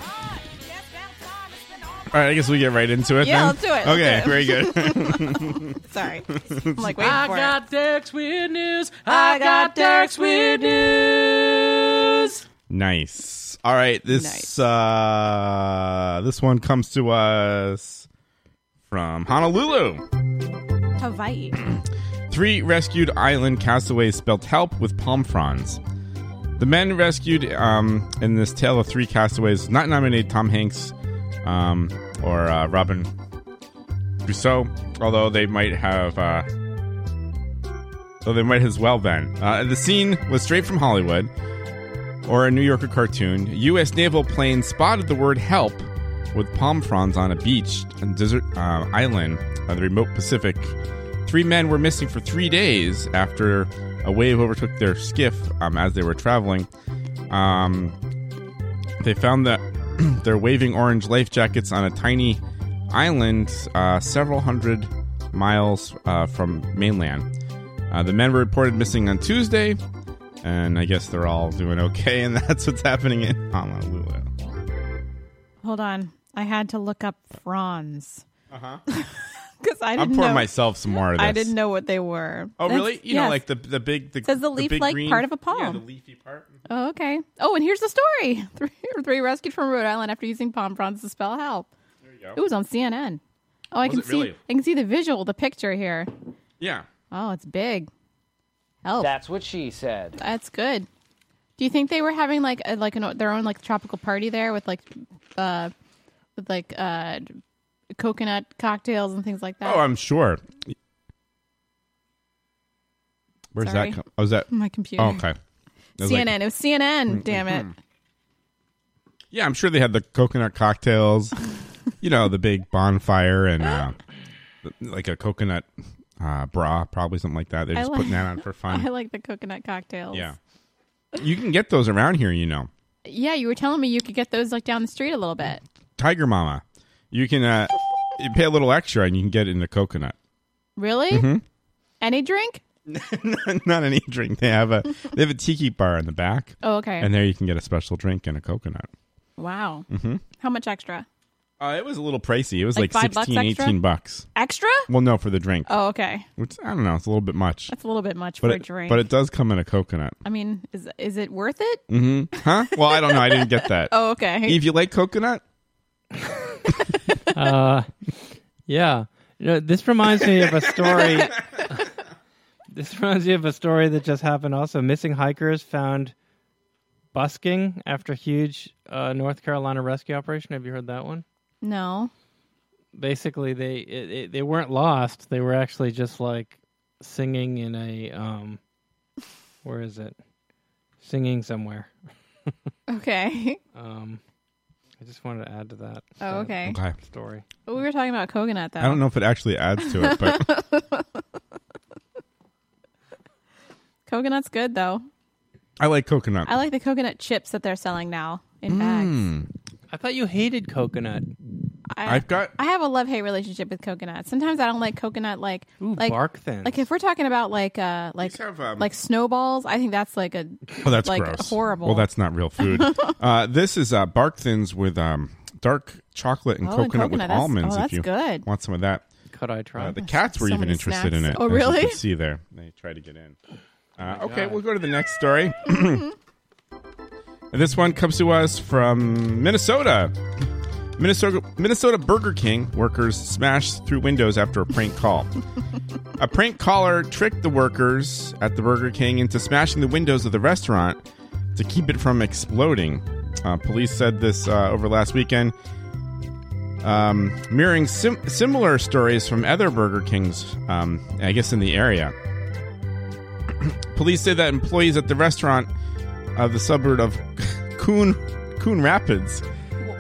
[SPEAKER 1] All right, I guess we get right into it.
[SPEAKER 2] Yeah,
[SPEAKER 1] then?
[SPEAKER 2] let's do it.
[SPEAKER 1] Okay,
[SPEAKER 2] Let's do
[SPEAKER 1] very
[SPEAKER 2] it. *laughs*
[SPEAKER 1] good. *laughs*
[SPEAKER 2] Sorry, I'm like waiting
[SPEAKER 11] I
[SPEAKER 2] for it.
[SPEAKER 11] got Derek's weird news. I got Derek's weird news.
[SPEAKER 1] Nice. All right, this uh this one comes to us from Honolulu.
[SPEAKER 2] Hawaii.
[SPEAKER 1] Three rescued island castaways spelt help with palm fronds. The men rescued um, in this tale of three castaways not nominated Tom Hanks um, or uh, Robin Rousseau, although they might have. Uh, though they might as well been. Uh, the scene was straight from Hollywood or a New Yorker cartoon. A U.S. naval plane spotted the word help with palm fronds on a beach and desert uh, island of the remote Pacific. Three men were missing for three days after a wave overtook their skiff um, as they were traveling. Um, they found that *clears throat* their waving orange life jackets on a tiny island uh, several hundred miles uh, from mainland. Uh, the men were reported missing on Tuesday, and I guess they're all doing okay, and *laughs* that's what's happening in Honolulu.
[SPEAKER 2] Hold on, I had to look up fronds. Uh *laughs*
[SPEAKER 1] huh.
[SPEAKER 2] Because I
[SPEAKER 1] Uh-huh. I'm
[SPEAKER 2] didn't
[SPEAKER 1] pouring
[SPEAKER 2] know.
[SPEAKER 1] myself some more of this.
[SPEAKER 2] I didn't know what they were.
[SPEAKER 1] Oh,
[SPEAKER 2] That's-
[SPEAKER 1] really? You know,
[SPEAKER 2] yes.
[SPEAKER 1] like the the big the,
[SPEAKER 2] It says the
[SPEAKER 1] big
[SPEAKER 2] leaf-like
[SPEAKER 1] green-
[SPEAKER 2] part of a
[SPEAKER 1] Yeah,
[SPEAKER 2] palm.
[SPEAKER 1] the leafy part.
[SPEAKER 2] Oh, okay. Oh, and here's the story: *laughs* three, three rescued from Rhode Island after using palm fronds to spell help. There you
[SPEAKER 1] go.
[SPEAKER 2] It was on CNN. Oh, I
[SPEAKER 1] Was
[SPEAKER 2] can
[SPEAKER 1] it
[SPEAKER 2] see.
[SPEAKER 1] really?
[SPEAKER 2] I can see the visual, the picture here.
[SPEAKER 1] Yeah.
[SPEAKER 2] Oh, it's big. Help.
[SPEAKER 6] That's what she said.
[SPEAKER 2] That's good. Do you think they were having like a, like an, their own like tropical party there with like uh with like uh coconut cocktails and things like that?
[SPEAKER 1] Oh, I'm sure. Where's
[SPEAKER 2] Sorry. Hmm.
[SPEAKER 1] that? Come? Oh, is that
[SPEAKER 2] My computer.
[SPEAKER 1] Oh, okay. I was like- Mm,
[SPEAKER 2] CNN. it was CNN. Damn it.
[SPEAKER 1] yeah, I'm sure they had the coconut cocktails.
[SPEAKER 2] *laughs*
[SPEAKER 1] you know, the big bonfire and uh, like a coconut uh, bra, probably something like that. They're
[SPEAKER 2] I
[SPEAKER 1] just
[SPEAKER 2] like-
[SPEAKER 1] putting that on for fun.
[SPEAKER 2] *laughs* I like the coconut cocktails.
[SPEAKER 1] yeah, you can get those around here. You know,
[SPEAKER 2] Yeah, you were telling me you could get those like down the street a little bit.
[SPEAKER 1] Tiger Mama. You can uh, you pay a little extra and you can get it in a coconut. *laughs*
[SPEAKER 2] Really?
[SPEAKER 1] Mhm.
[SPEAKER 2] Any drink?
[SPEAKER 1] Not any drink. They have a they have a tiki bar in the back.
[SPEAKER 2] Oh, okay.
[SPEAKER 1] And there you can get a special drink and a coconut.
[SPEAKER 2] Wow.
[SPEAKER 1] Mm-hmm.
[SPEAKER 2] How much extra?
[SPEAKER 1] Uh, it was a little pricey. It was
[SPEAKER 2] Like
[SPEAKER 1] like,
[SPEAKER 2] five bucks
[SPEAKER 1] sixteen, eighteen 16,
[SPEAKER 2] extra?
[SPEAKER 1] 18 bucks.
[SPEAKER 2] Extra?
[SPEAKER 1] Well, no, for the drink.
[SPEAKER 2] Oh, okay.
[SPEAKER 1] Which I don't know, it's a little bit much.
[SPEAKER 2] That's a little bit much
[SPEAKER 1] but
[SPEAKER 2] *laughs* for
[SPEAKER 1] it,
[SPEAKER 2] a drink.
[SPEAKER 1] But it does come in a coconut.
[SPEAKER 2] I mean, is is it worth it?
[SPEAKER 1] hmm Huh? Well, I don't know. I didn't get that.
[SPEAKER 2] *laughs* Oh, okay.
[SPEAKER 1] Eve, you like coconut?
[SPEAKER 9] uh, yeah. You know, this reminds me of
[SPEAKER 2] *laughs*
[SPEAKER 9] a story. this reminds me of a story that just happened. Also, missing hikers found busking after huge uh, North Carolina rescue operation. Have you heard that one?
[SPEAKER 2] No.
[SPEAKER 9] Basically, they it, it, they weren't lost. They were actually just like singing in a um, where is it? Singing somewhere.
[SPEAKER 2] Okay. *laughs*
[SPEAKER 9] Um, I just wanted to add to that.
[SPEAKER 2] Oh,
[SPEAKER 9] that
[SPEAKER 2] okay.
[SPEAKER 1] Okay.
[SPEAKER 9] Story.
[SPEAKER 2] We were talking about coconut though.
[SPEAKER 1] I don't know if it actually adds to it,
[SPEAKER 2] *laughs*
[SPEAKER 1] but
[SPEAKER 2] Coconut's good though.
[SPEAKER 1] I like coconut.
[SPEAKER 2] I like the coconut chips that they're selling now in bags.
[SPEAKER 1] Mm.
[SPEAKER 9] I thought you hated coconut.
[SPEAKER 2] I,
[SPEAKER 9] I've got-
[SPEAKER 2] I have a love hate relationship with coconut. Sometimes I don't like coconut like like
[SPEAKER 9] bark thins.
[SPEAKER 2] Like if we're talking about like uh like
[SPEAKER 1] have, um,
[SPEAKER 2] like snowballs, I think that's like a
[SPEAKER 1] Oh, that's
[SPEAKER 2] like
[SPEAKER 1] gross.
[SPEAKER 2] horrible.
[SPEAKER 1] Well, that's not real
[SPEAKER 2] *laughs*
[SPEAKER 1] food. uh, this is uh, bark thins with um, dark chocolate and
[SPEAKER 2] Oh, and
[SPEAKER 1] coconut, with
[SPEAKER 2] coconut. That's-
[SPEAKER 1] almonds.
[SPEAKER 2] oh,
[SPEAKER 1] if
[SPEAKER 2] that's
[SPEAKER 1] you
[SPEAKER 2] good.
[SPEAKER 1] want some of that,
[SPEAKER 9] could I try?
[SPEAKER 1] Uh, the cats were
[SPEAKER 2] so
[SPEAKER 1] even
[SPEAKER 2] many
[SPEAKER 1] interested in
[SPEAKER 2] snacks.
[SPEAKER 1] it.
[SPEAKER 2] Oh,
[SPEAKER 1] as you
[SPEAKER 2] really? Oh
[SPEAKER 1] could see there, they tried to get in. Uh,
[SPEAKER 9] my
[SPEAKER 1] okay,
[SPEAKER 9] God.
[SPEAKER 1] we'll go to the next story. *clears throat* and this one comes to us from Minnesota. Minnesota Minnesota Burger King workers smashed through windows after a prank call. a prank caller tricked the workers at the Burger King into smashing the windows of the restaurant to keep it from exploding. Uh, police said this uh, over last weekend. um, mirroring sim- similar stories from other Burger Kings, um, I guess, in the area. *clears throat* Police say that employees at the restaurant of the suburb of *laughs* Coon Coon Rapids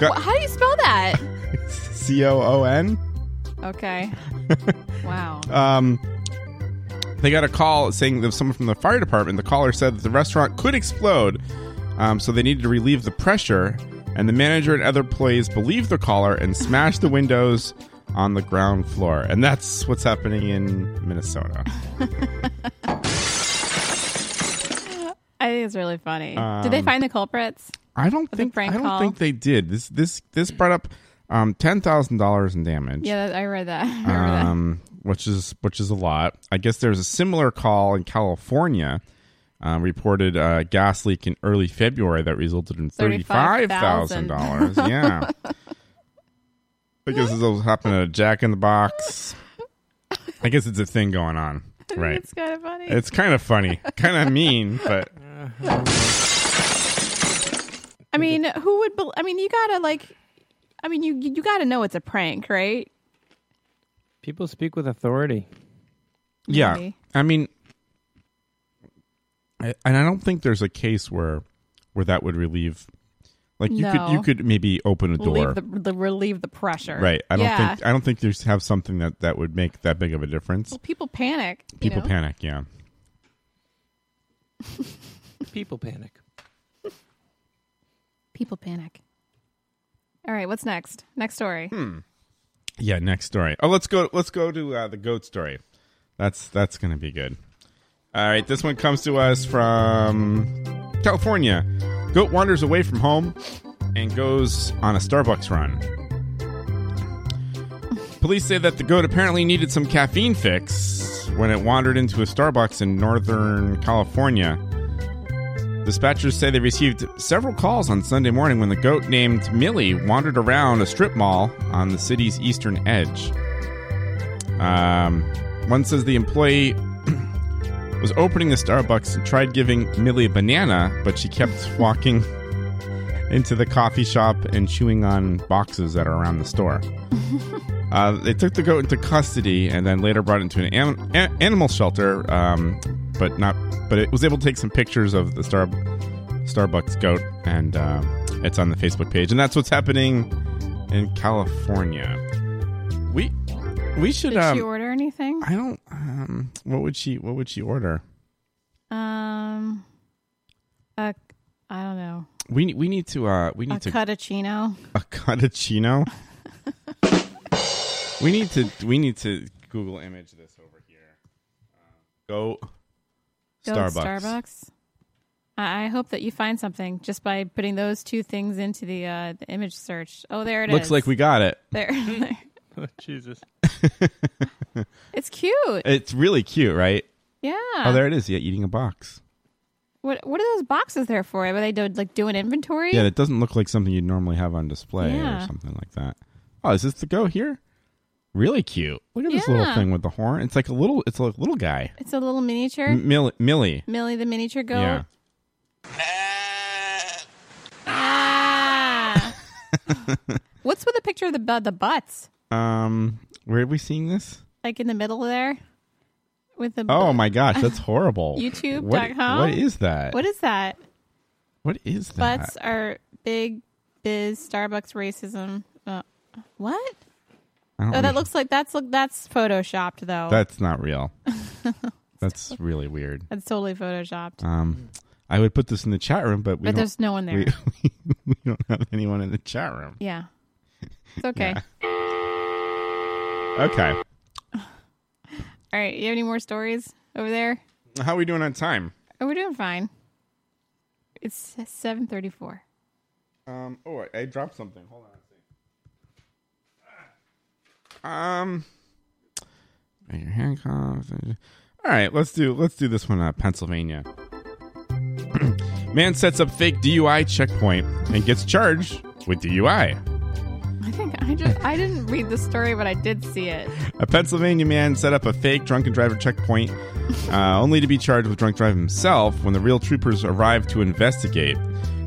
[SPEAKER 2] Wha- How do you spell that?
[SPEAKER 1] C O O N. *laughs*
[SPEAKER 2] Okay. Wow.
[SPEAKER 1] Um, they got a call saying that someone from the fire department. The caller said that the restaurant could explode, um, so they needed to relieve the pressure. And the manager and other employees believed the caller and smashed the windows on the ground floor. And that's what's happening in Minnesota.
[SPEAKER 2] I think it's really funny. Did they
[SPEAKER 1] Um,
[SPEAKER 2] find the culprits?
[SPEAKER 1] I don't
[SPEAKER 2] With the
[SPEAKER 1] think. I
[SPEAKER 2] prank
[SPEAKER 1] don't
[SPEAKER 2] call?
[SPEAKER 1] think they did. This this this brought up um, ten thousand dollars in damage.
[SPEAKER 2] Yeah, that, I read that. I remember that.
[SPEAKER 1] um, which is which is a lot. I guess there's a similar call in California. Um, reported a gas leak in early February that resulted in thirty-five thousand dollars.
[SPEAKER 2] $35,000.
[SPEAKER 1] Yeah, I guess this happened at Jack in the Box. I guess it's a thing going on,
[SPEAKER 2] *laughs*
[SPEAKER 1] right?
[SPEAKER 2] *laughs* It's kind of funny.
[SPEAKER 1] It's kind of funny, kind of mean, but
[SPEAKER 2] I mean, who would? Be- I mean, you gotta like. I mean, you you gotta know it's a prank, right?
[SPEAKER 9] People speak with authority.
[SPEAKER 1] Yeah.
[SPEAKER 2] Maybe.
[SPEAKER 1] I mean, I, and I don't think there's a case where where that would relieve. Like you could you
[SPEAKER 2] No.
[SPEAKER 1] could maybe open a door,
[SPEAKER 2] Relieve the, the relieve the pressure.
[SPEAKER 1] right? I don't
[SPEAKER 2] Yeah.
[SPEAKER 1] think I don't think there's have something that that would make that big of a difference.
[SPEAKER 2] Well, people panic. you
[SPEAKER 1] People
[SPEAKER 2] know?
[SPEAKER 1] panic, yeah.
[SPEAKER 9] People panic.
[SPEAKER 2] People panic. All right, what's next? Next story.
[SPEAKER 1] Hmm. Yeah, next story. Oh, let's go. Let's go to uh, the goat story. That's that's gonna be good. All right, this one comes to us from California. Goat wanders away from home and goes on a Starbucks run. Police say that the goat apparently needed some caffeine fix when it wandered into a Starbucks in Northern California. Dispatchers say they received several calls on Sunday morning when the goat named Millie wandered around a strip mall on the city's eastern edge. Um, one says the employee was opening the Starbucks and tried giving Millie a banana, but she
[SPEAKER 2] *laughs*
[SPEAKER 1] kept walking into the coffee shop and chewing on boxes that are around the
[SPEAKER 2] *laughs*
[SPEAKER 1] store. Uh, they took the goat into custody and then later brought it into an anim- a- animal shelter, um, but not. But it was able to take some pictures of the Star- Starbucks goat, and uh, it's on the Facebook page. And that's what's happening in California. We we should.
[SPEAKER 2] Did
[SPEAKER 1] um,
[SPEAKER 2] she order anything?
[SPEAKER 1] I don't. Um, what would she? What would she order?
[SPEAKER 2] Um, a, I don't know.
[SPEAKER 1] We we need to. Uh, we need
[SPEAKER 2] a
[SPEAKER 1] to
[SPEAKER 2] cuttuccino.
[SPEAKER 1] *laughs* a cappuccino. we need to. We need to Google image this over here. Uh, Go.
[SPEAKER 2] Go with Starbucks. I I hope that you find something just by putting those two things into the uh, the image search. Oh, there it is.
[SPEAKER 1] Looks like we got it.
[SPEAKER 2] There. *laughs*
[SPEAKER 9] Oh, *laughs* Jesus.
[SPEAKER 2] it's cute.
[SPEAKER 1] It's really cute, right?
[SPEAKER 2] Yeah.
[SPEAKER 1] Oh, there it is. Yeah, eating a box.
[SPEAKER 2] What What are those boxes there for? Were they do, like do an inventory?
[SPEAKER 1] Yeah, that doesn't look like something you'd normally have on display
[SPEAKER 2] Yeah.
[SPEAKER 1] or something like that. Oh, is this the go here? Really cute. Look at this
[SPEAKER 2] Yeah.
[SPEAKER 1] little thing with the horn. It's like a little. It's like a little guy.
[SPEAKER 2] It's a little miniature.
[SPEAKER 1] M- Millie. Millie.
[SPEAKER 2] Millie the miniature goat.
[SPEAKER 1] Yeah. *laughs*
[SPEAKER 2] Ah. What's with the picture of the bu- the butts?
[SPEAKER 1] Um, where are we seeing this?
[SPEAKER 2] Like in the middle there, with the
[SPEAKER 1] Oh
[SPEAKER 2] butt-
[SPEAKER 1] my gosh, that's
[SPEAKER 2] *laughs*
[SPEAKER 1] horrible. What,
[SPEAKER 2] YouTube.com.
[SPEAKER 1] what is that?
[SPEAKER 2] What is that?
[SPEAKER 1] what is that?
[SPEAKER 2] Butts are big biz Starbucks racism. Uh, what?
[SPEAKER 1] I
[SPEAKER 2] Oh,
[SPEAKER 1] don't
[SPEAKER 2] that
[SPEAKER 1] under-
[SPEAKER 2] looks like that's look that's photoshopped though.
[SPEAKER 1] That's not
[SPEAKER 2] *laughs*
[SPEAKER 1] real. that's really weird.
[SPEAKER 2] that's totally photoshopped.
[SPEAKER 1] Um, I would put this in the chat room, but we
[SPEAKER 2] But
[SPEAKER 1] don't-
[SPEAKER 2] there's no one there.
[SPEAKER 1] *laughs* We,
[SPEAKER 2] *laughs*
[SPEAKER 1] *laughs* we don't have anyone in the chat room.
[SPEAKER 2] Yeah, it's okay.
[SPEAKER 1] Okay,
[SPEAKER 2] All right, you have any more stories over there?
[SPEAKER 1] how are we doing on time?
[SPEAKER 2] Oh, we're doing fine. It's seven thirty-four.
[SPEAKER 1] Um, oh, I, I dropped something. Hold on. Um, Major handcuffs. All right, let's do let's do this one. Uh, Pennsylvania. *clears throat* Man sets up fake DUI checkpoint and gets charged with DUI.
[SPEAKER 2] I think I just I didn't read the story, but I did see it.
[SPEAKER 1] A Pennsylvania man set up a fake drunken driver checkpoint, uh, only to be charged with drunk driving himself when the real troopers arrived to investigate.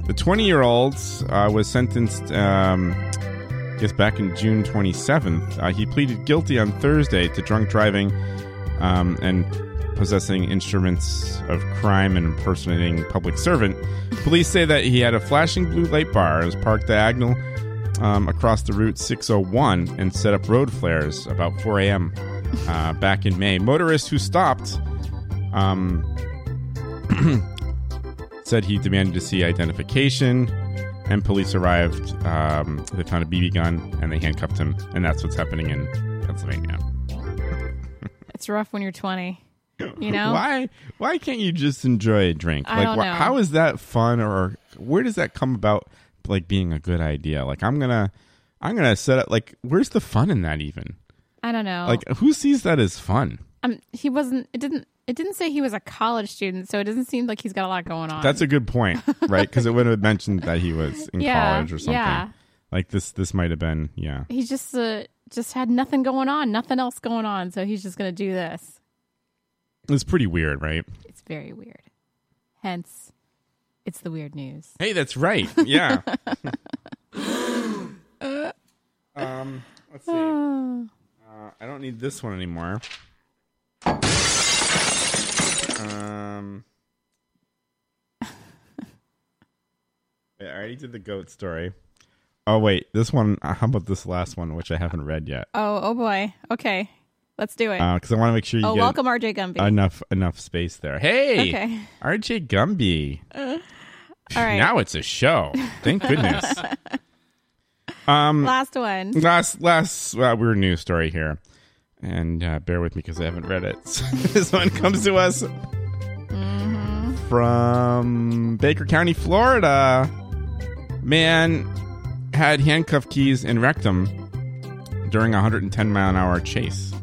[SPEAKER 1] The 20 year old uh, was sentenced um, I guess back in June 27th, uh, he pleaded guilty on Thursday to drunk driving um, and possessing instruments of crime and impersonating public servant. Police say that he had a flashing blue light bar. It was parked diagonal um, across the Route 601 and set up road flares about 4 a.m.
[SPEAKER 2] *laughs*
[SPEAKER 1] Uh, back in May. Motorists who stopped um, *clears throat* said he demanded to see identification, and police arrived. Um, they found a BB gun and they handcuffed him, and that's what's happening in Pennsylvania.
[SPEAKER 2] It's rough when you're 20. You know
[SPEAKER 1] why? Why can't you just enjoy a drink?
[SPEAKER 2] Oh. I
[SPEAKER 1] like,
[SPEAKER 2] don't
[SPEAKER 1] wh-
[SPEAKER 2] know.
[SPEAKER 1] how is that fun, or where does that come about? Like being a good idea. Like I'm gonna, I'm gonna set up. Like, where's the fun in that? Even
[SPEAKER 2] I don't know.
[SPEAKER 1] like who sees that as fun?
[SPEAKER 2] um, he wasn't. It didn't. It didn't say he was a college student, so it doesn't seem like he's got a lot going on.
[SPEAKER 1] That's a good
[SPEAKER 2] *laughs*
[SPEAKER 1] point, right? Because it would have mentioned that he was in
[SPEAKER 2] Yeah,
[SPEAKER 1] college or something.
[SPEAKER 2] yeah.
[SPEAKER 1] Like this, this might have been, yeah.
[SPEAKER 2] he just uh, just had nothing going on, nothing else going on, so he's just gonna do this.
[SPEAKER 1] It's pretty weird, right?
[SPEAKER 2] It's very weird. Hence, it's the weird news.
[SPEAKER 1] Hey, that's right.
[SPEAKER 2] *laughs*
[SPEAKER 1] Yeah. um, let's see. Uh, I don't need this one anymore. Um, wait, I already did the goat story. Oh wait, this one. How about this last one, which I haven't read yet?
[SPEAKER 2] Oh, oh boy. Okay, let's do it.
[SPEAKER 1] because I want to make sure Uh, you
[SPEAKER 2] oh,
[SPEAKER 1] get
[SPEAKER 2] welcome RJ Gumby.
[SPEAKER 1] enough enough space there. Hey,
[SPEAKER 2] Okay.
[SPEAKER 1] RJ Gumby.
[SPEAKER 2] Uh, all right.
[SPEAKER 1] Now it's a show. Thank
[SPEAKER 2] *laughs*
[SPEAKER 1] goodness. um, *laughs*
[SPEAKER 2] Last one.
[SPEAKER 1] Last last uh, weird news story here, and uh, bear with me because I haven't read it. *laughs* this one comes to us from Baker County, Florida. Man had handcuff keys in rectum during a 110 mile an hour chase.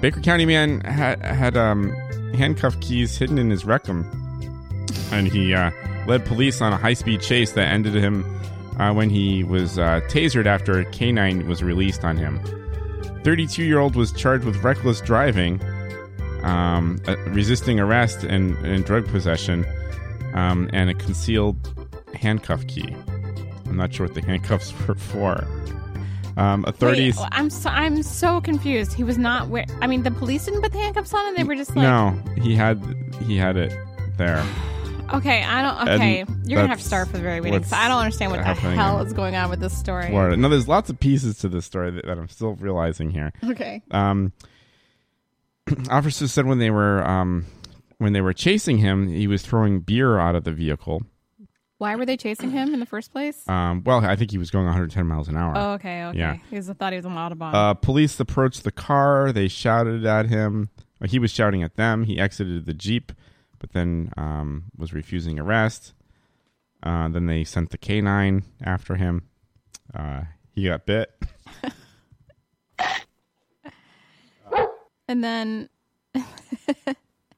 [SPEAKER 1] Baker County man had had um, handcuff keys hidden in his rectum, and he uh, led police on a high speed chase that ended him uh, when he was uh, tasered after a canine was released on him. 32 year old was charged with reckless driving, um, uh, resisting arrest, and, and drug possession, um, and a concealed handcuff key. I'm not sure what the *laughs* handcuffs were for. Um, authorities.
[SPEAKER 2] Wait, I'm so, I'm so confused. He was not where. I mean, the police didn't put the handcuffs on, and they were just like,
[SPEAKER 1] no, he had he had it there.
[SPEAKER 2] okay, I
[SPEAKER 1] And
[SPEAKER 2] don't. Okay, you're gonna have
[SPEAKER 1] that's
[SPEAKER 2] to start from the very beginning. 'cause I don't understand what the
[SPEAKER 1] what's happening
[SPEAKER 2] hell
[SPEAKER 1] in
[SPEAKER 2] is going on with this story.
[SPEAKER 1] Florida. No, there's lots of pieces to this story that, that I'm still realizing here.
[SPEAKER 2] Okay.
[SPEAKER 1] Um, *clears throat* officers said when they were um, when they were chasing him, he was throwing beer out of the vehicle.
[SPEAKER 2] Why were they chasing him in the first place?
[SPEAKER 1] Um, well, I think he was going 110 miles an hour.
[SPEAKER 2] Oh, okay, okay.
[SPEAKER 1] Yeah.
[SPEAKER 2] He was, I thought he was on Audubon.
[SPEAKER 1] Uh, police approached the car. They shouted at him. Uh, He was shouting at them. He exited the jeep, but then um, was refusing arrest. Uh, then they sent the canine after him. Uh, he got bit.
[SPEAKER 2] and then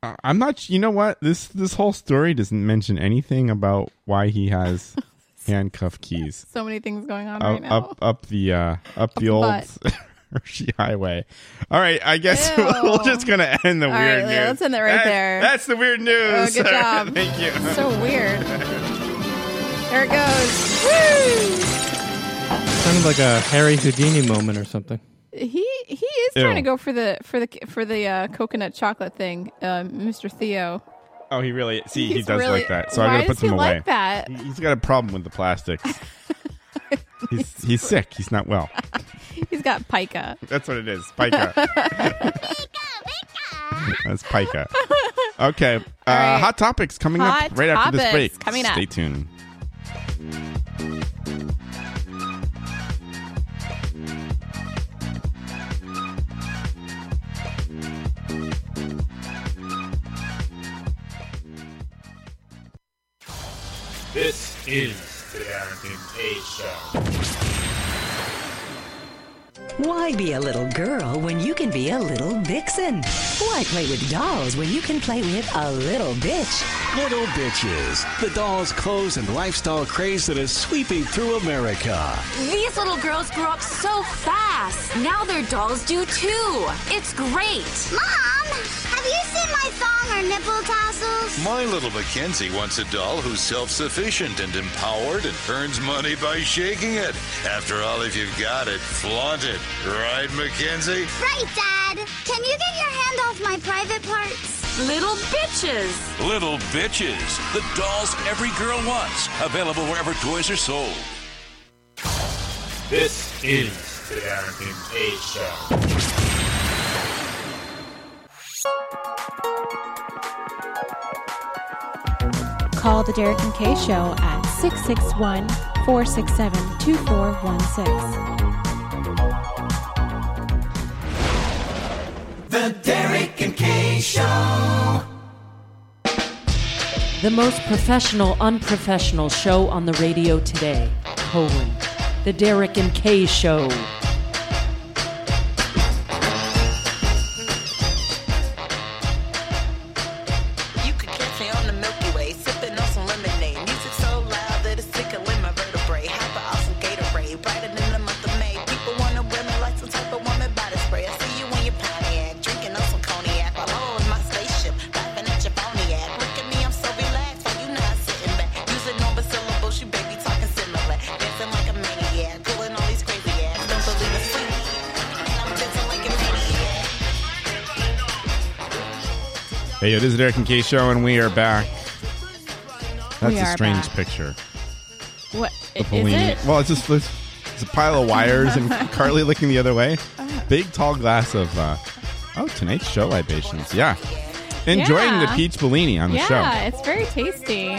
[SPEAKER 1] Uh, I'm not. sh- You know what? This this whole story doesn't mention anything about why he
[SPEAKER 2] *laughs*
[SPEAKER 1] has handcuff keys
[SPEAKER 2] so many things going on
[SPEAKER 1] up,
[SPEAKER 2] right now.
[SPEAKER 1] up up the uh, up the
[SPEAKER 2] the
[SPEAKER 1] old
[SPEAKER 2] butt.
[SPEAKER 1] *laughs* Hershey Highway. All right, I guess *laughs* we're just gonna end the
[SPEAKER 2] All
[SPEAKER 1] weird
[SPEAKER 2] right,
[SPEAKER 1] news.
[SPEAKER 2] let's end it right
[SPEAKER 1] That-
[SPEAKER 2] there.
[SPEAKER 1] That's the weird
[SPEAKER 2] Oh,
[SPEAKER 1] news. *laughs*
[SPEAKER 2] good job.
[SPEAKER 1] Thank you.
[SPEAKER 2] So weird. There it goes.
[SPEAKER 9] Sounded like a Harry Houdini moment or something.
[SPEAKER 2] Woo! He he is
[SPEAKER 9] Ew.
[SPEAKER 2] trying to go for the for the for the uh, coconut chocolate thing, uh, Mr. Theo.
[SPEAKER 1] *laughs* Oh, he really see he
[SPEAKER 2] He's
[SPEAKER 1] does
[SPEAKER 2] really-
[SPEAKER 1] like that. So
[SPEAKER 2] why
[SPEAKER 1] I gotta
[SPEAKER 2] does
[SPEAKER 1] put them
[SPEAKER 2] he
[SPEAKER 1] away.
[SPEAKER 2] like that?
[SPEAKER 1] He- He's got a problem with the plastics.
[SPEAKER 2] *laughs*
[SPEAKER 1] he's he's sick. He's not well.
[SPEAKER 2] He's got pica.
[SPEAKER 1] That's what it is.
[SPEAKER 2] *laughs*
[SPEAKER 1] Pica. That's pica. Okay. Uh,
[SPEAKER 2] right.
[SPEAKER 1] Hot topics coming
[SPEAKER 2] Hot
[SPEAKER 1] up right after this
[SPEAKER 2] topics
[SPEAKER 1] break.
[SPEAKER 2] coming up.
[SPEAKER 1] Stay tuned.
[SPEAKER 12] This is the Derek and Kay Show.
[SPEAKER 13] Why be a little girl when you can be a little vixen? Why play with dolls when you can play with a little bitch?
[SPEAKER 14] Little Bitches, the dolls, clothes, and lifestyle craze that is sweeping through America.
[SPEAKER 5] These little girls grow up so fast. Now their dolls do too. It's great. Mom, have you seen my thong or nipple tassels?
[SPEAKER 15] My little Mackenzie wants a doll who's self sufficient and empowered and earns money by shaking it. After all, if you've got it, flaunt it. Right, Mackenzie?
[SPEAKER 16] Right, Dad. Can you get your hand off my private parts?
[SPEAKER 5] Little bitches.
[SPEAKER 15] Little Bitches, the dolls every girl wants. Available wherever toys are sold.
[SPEAKER 12] This is the Darrington A Show.
[SPEAKER 2] Call the Derek and Kay Show at 661 467 2416.
[SPEAKER 17] The Derek and Kay Show.
[SPEAKER 18] The most professional, unprofessional show on the radio today. Colon. The Derek and Kay Show.
[SPEAKER 11] You could catch me on the Milky Way, sipping on some lemonade. Music so loud that it's tickling my vertebrae. Have an awesome Gatorade, brighter than the month of May. People wanna wear me like some type of woman body spray. I see you in your Pontiac, drinking on some cognac. While I'm on my spaceship, laughing at your phony act. Look at me, I'm so relaxed, while you not sitting back. Using all the syllables, you baby talking similar. Dancing like a maniac, pulling all these crazy acts. Don't believe it's sweet, and I'm dancing like a maniac.
[SPEAKER 1] Hey, yo, this is the Derek and Kay Show, and we are back. That's
[SPEAKER 2] We
[SPEAKER 1] a
[SPEAKER 2] are
[SPEAKER 1] strange
[SPEAKER 2] back.
[SPEAKER 1] picture.
[SPEAKER 2] What
[SPEAKER 1] The
[SPEAKER 2] is
[SPEAKER 1] Bellini.
[SPEAKER 2] it?
[SPEAKER 1] Well, it's just it's, it's a pile of wires
[SPEAKER 2] *laughs*
[SPEAKER 1] and Carly looking the other way.
[SPEAKER 2] Uh-huh.
[SPEAKER 1] Big tall glass of uh, oh tonight's show libations. Yeah, enjoying the
[SPEAKER 2] Yeah.
[SPEAKER 1] peach Bellini on the
[SPEAKER 2] yeah,
[SPEAKER 1] show.
[SPEAKER 2] it's very tasty.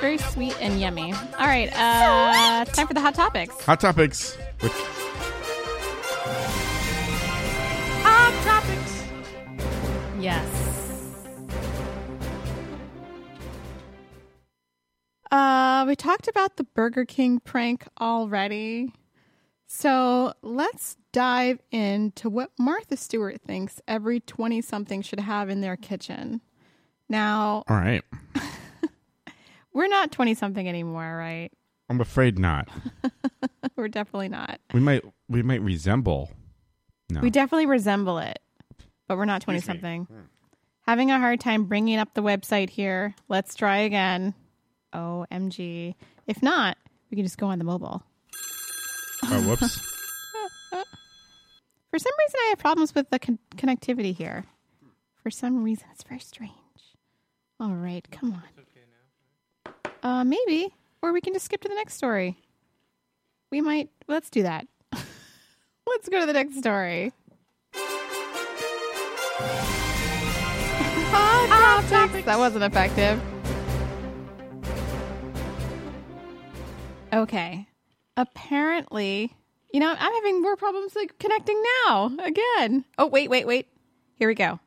[SPEAKER 2] Very sweet and yummy. All right, uh, it's time for the hot topics.
[SPEAKER 1] Hot topics. Which,
[SPEAKER 2] Hot topics. Yes. Uh, we talked about the Burger King prank already. So let's dive into what Martha Stewart thinks every 20 something should have in their kitchen. Now,
[SPEAKER 1] all right,
[SPEAKER 2] we're not 20 something anymore, right? *laughs*
[SPEAKER 1] I'm afraid not.
[SPEAKER 2] we're definitely not.
[SPEAKER 1] We might we might resemble. No,
[SPEAKER 2] We definitely resemble it, but we're not 20 something. Having a hard time bringing up the website here. Let's try again. OMG. If not, we can just go on the mobile.
[SPEAKER 1] oh, whoops.
[SPEAKER 2] For some reason, I have problems with the con- connectivity here. For some reason, it's very strange. All right, come on. Uh, maybe, or we can just skip to the next story. We might. Let's do that. *laughs* let's go to the next story. *laughs* Hot topics. That wasn't effective. Okay. Apparently, you know, I'm having more problems like connecting now again. Oh, wait, wait, wait. Here we go.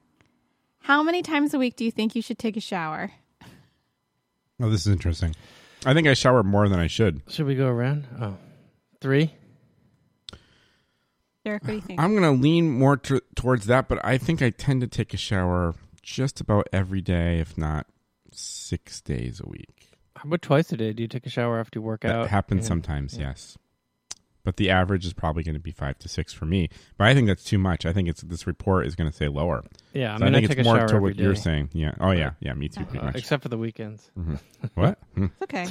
[SPEAKER 2] How many times a week do you think you should take a shower?
[SPEAKER 1] *laughs* Oh, this is interesting. I think I shower more than I should.
[SPEAKER 9] Should we go around? Oh, three.
[SPEAKER 2] Derek, what do you think?
[SPEAKER 1] I'm going to lean more t- towards that, but I think I tend to take a shower just about every day, if not six days a week.
[SPEAKER 9] How about twice a day? Do you take a shower after you work
[SPEAKER 1] That
[SPEAKER 9] out?
[SPEAKER 1] happens
[SPEAKER 9] Yeah.
[SPEAKER 1] sometimes, yes. But the average is probably going to be five to six for me. But I think that's too much. I think it's this report is going to say lower.
[SPEAKER 9] Yeah, I
[SPEAKER 1] So
[SPEAKER 9] mean, I
[SPEAKER 1] think
[SPEAKER 9] take
[SPEAKER 1] it's
[SPEAKER 9] a
[SPEAKER 1] more
[SPEAKER 9] shower
[SPEAKER 1] to what
[SPEAKER 9] every
[SPEAKER 1] you're
[SPEAKER 9] day.
[SPEAKER 1] saying. Yeah. Oh yeah. Yeah. Me too. Pretty
[SPEAKER 9] Uh,
[SPEAKER 1] much.
[SPEAKER 9] except for the *laughs* weekends.
[SPEAKER 1] Mhm. What? Hmm.
[SPEAKER 2] Okay.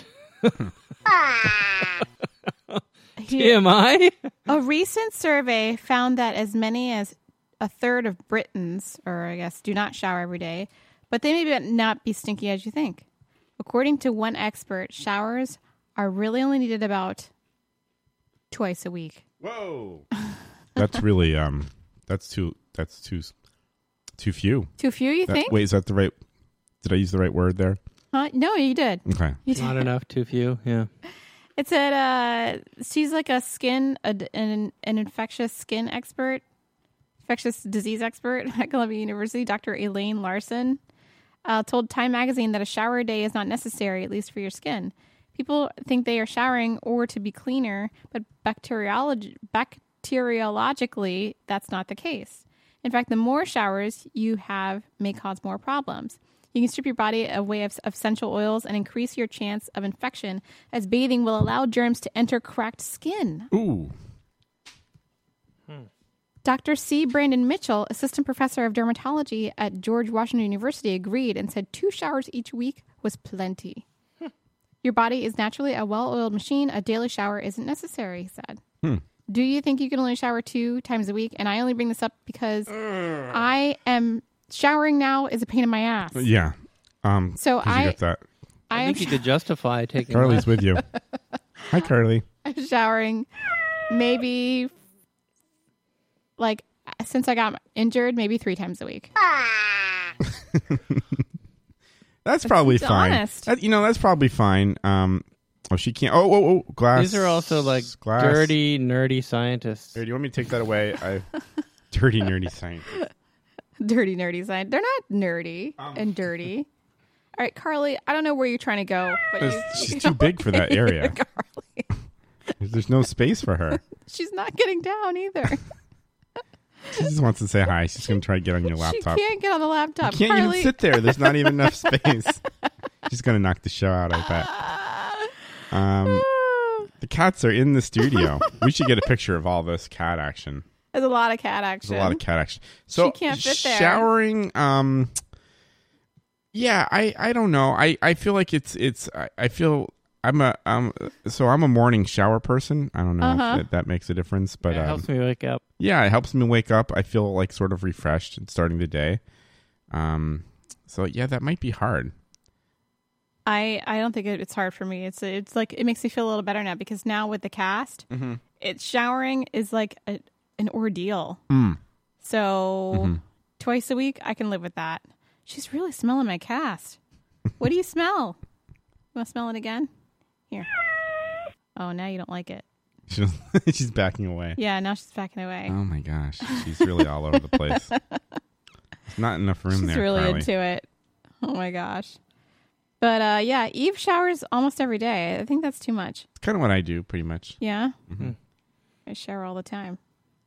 [SPEAKER 2] Here-
[SPEAKER 9] TMI?
[SPEAKER 2] A recent survey found that as many as a third of Britons, or I guess, do not shower every day, but they may be- not be stinky as you think. According to one expert, showers are really only needed about twice a week.
[SPEAKER 1] Whoa. That's really um. That's too. That's too. s- Too few.
[SPEAKER 2] Too few, you
[SPEAKER 1] That-
[SPEAKER 2] think?
[SPEAKER 1] Wait, is that the right? Did I use the right word there?
[SPEAKER 2] Huh? No, you did.
[SPEAKER 1] Okay.
[SPEAKER 2] You did.
[SPEAKER 9] Not enough, too few. Yeah.
[SPEAKER 2] It said uh, she's like a skin, a, an, an infectious skin expert, infectious disease expert *laughs* at Columbia University, Dr. Elaine Larson, uh, told Time Magazine that a shower a day is not necessary, at least for your skin. People think they are showering or to be cleaner, but bacteriolog- bacteriologically, that's not the case. In fact, the more showers you have may cause more problems. You can strip your body away of of essential oils and increase your chance of infection, as bathing will allow germs to enter cracked skin.
[SPEAKER 1] Ooh.
[SPEAKER 2] Dr. C. Brandon Mitchell, assistant professor of dermatology at George Washington University, agreed and said two showers each week was plenty. Your body is naturally a well oiled machine. A daily shower isn't necessary, he said.
[SPEAKER 1] Hmm.
[SPEAKER 2] Do you think you can only shower two times a week? And I only bring this up because I am showering now is a pain in my ass.
[SPEAKER 1] Yeah. Um,
[SPEAKER 2] So
[SPEAKER 1] 'cause you
[SPEAKER 2] I-
[SPEAKER 1] got that.
[SPEAKER 2] I
[SPEAKER 9] I
[SPEAKER 2] am
[SPEAKER 9] think you could justify taking.
[SPEAKER 1] Carly's with you.
[SPEAKER 9] *laughs*
[SPEAKER 1] Hi, Carly.
[SPEAKER 2] *laughs* I'm showering maybe like since I got injured, maybe three times a week.
[SPEAKER 1] That's probably
[SPEAKER 2] be
[SPEAKER 1] fine.
[SPEAKER 2] honest.
[SPEAKER 1] That- you know, that's probably fine. Um, oh, she can't. Oh, oh, oh, glass.
[SPEAKER 9] These are also like
[SPEAKER 1] glass.
[SPEAKER 9] dirty, nerdy scientists.
[SPEAKER 1] Here, do you want me to take that away? I *laughs* dirty nerdy science.
[SPEAKER 2] Dirty, nerdy side. They're not nerdy and dirty. All right, Carly, I don't know where you're trying to go, but you, *laughs*
[SPEAKER 1] It's- She's too big for that area. There's no space for her.
[SPEAKER 2] she's not getting
[SPEAKER 1] *laughs*
[SPEAKER 2] down either.
[SPEAKER 1] She just wants to say hi. She's going to try to get on your
[SPEAKER 2] she
[SPEAKER 1] laptop.
[SPEAKER 2] can't get on the
[SPEAKER 1] You
[SPEAKER 2] laptop.
[SPEAKER 1] can't
[SPEAKER 2] Carly,
[SPEAKER 1] even sit there. There's not even
[SPEAKER 2] *laughs*
[SPEAKER 1] enough space. She's going to knock the show out, I bet.
[SPEAKER 2] uh,
[SPEAKER 1] Um, the cats are in the studio. we should get a picture of all this cat action.
[SPEAKER 2] There's a lot of cat action.
[SPEAKER 1] There's a lot of cat action. So
[SPEAKER 2] She can't fit there.
[SPEAKER 1] Showering. Um. Yeah, I I don't know. I I feel like it's it's I, I feel I'm a um so I'm a morning shower person. I don't know if
[SPEAKER 9] Uh-huh.
[SPEAKER 1] that, that makes a difference, but
[SPEAKER 9] It
[SPEAKER 1] um,
[SPEAKER 9] helps me wake up.
[SPEAKER 1] Yeah, it helps me wake up. I feel like sort of refreshed and starting the day. Um. So yeah, that might be hard. *laughs*
[SPEAKER 2] I I don't think it, it's hard for me. It's it's like it makes me feel a little better now because now with the cast,
[SPEAKER 1] Mhm.
[SPEAKER 2] it's showering is like a, an ordeal.
[SPEAKER 1] Mm.
[SPEAKER 2] So
[SPEAKER 1] Mhm.
[SPEAKER 2] twice a week, I can live with that. She's really smelling my cast. What do you smell? You want to smell it again? Here. Oh, now you don't like it.
[SPEAKER 1] She was- she's backing away.
[SPEAKER 2] Yeah, now she's backing away.
[SPEAKER 1] Oh my gosh, she's really all over the
[SPEAKER 2] *laughs*
[SPEAKER 1] place. There's not enough room
[SPEAKER 2] She's
[SPEAKER 1] there.
[SPEAKER 2] really
[SPEAKER 1] Carly.
[SPEAKER 2] into it. Oh my gosh. But uh, yeah, Eve showers almost every day. I think that's too much.
[SPEAKER 1] It's kind of what I do, pretty much.
[SPEAKER 2] Yeah.
[SPEAKER 1] Mhm.
[SPEAKER 2] I shower all the time.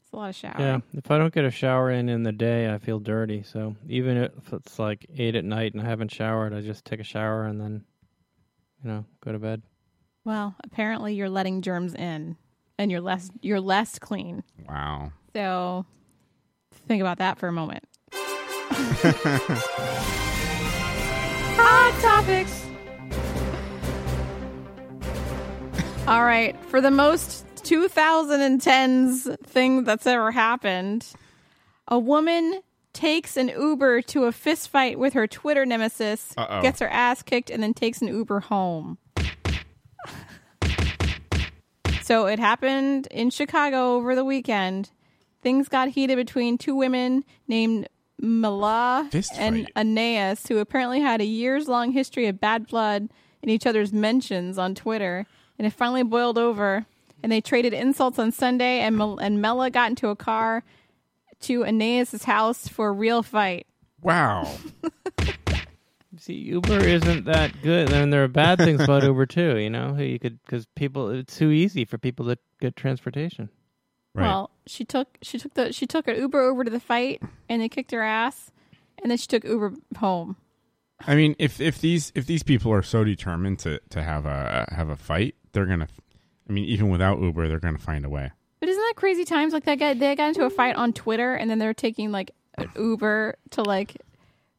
[SPEAKER 2] It's a lot of showering.
[SPEAKER 9] Yeah, if I don't get a shower in in the day, I feel dirty. So even if it's like eight at night and I haven't showered, I just take a shower and then, you know, go to bed.
[SPEAKER 2] Well, apparently you're letting germs in, and you're less you're less clean.
[SPEAKER 1] Wow.
[SPEAKER 2] So think about that for a moment. Hot topics. All right, for the most 2010s thing that's ever happened, a woman takes an Uber to a fist fight with her Twitter nemesis,
[SPEAKER 1] Uh-oh.
[SPEAKER 2] gets her ass kicked, and then takes an Uber home. *laughs* So it happened in Chicago over the weekend. Things got heated between two women named Mala
[SPEAKER 1] Fist
[SPEAKER 2] and
[SPEAKER 1] fight.
[SPEAKER 2] Aeneas, who apparently had a years long history of bad blood in each other's mentions on Twitter. And it finally boiled over, and they traded insults on Sunday. And, Mal- and Mela got into a car to Aeneas' house for a real fight. *laughs*
[SPEAKER 1] Wow.
[SPEAKER 9] See, Uber isn't that good. I mean, there are bad things
[SPEAKER 1] *laughs*
[SPEAKER 9] about Uber too. You know, you could because people it's too easy for people to get transportation.
[SPEAKER 2] Well, she took she took the she took an Uber over to the fight, and they kicked her ass, and then she took Uber home.
[SPEAKER 1] I mean, if if these if these people are so determined to to have a have a fight, they're gonna. I mean, even without Uber, they're gonna find a way.
[SPEAKER 2] But isn't that crazy times? Like that guy, they got into a fight on Twitter, and then they're taking like an Uber to like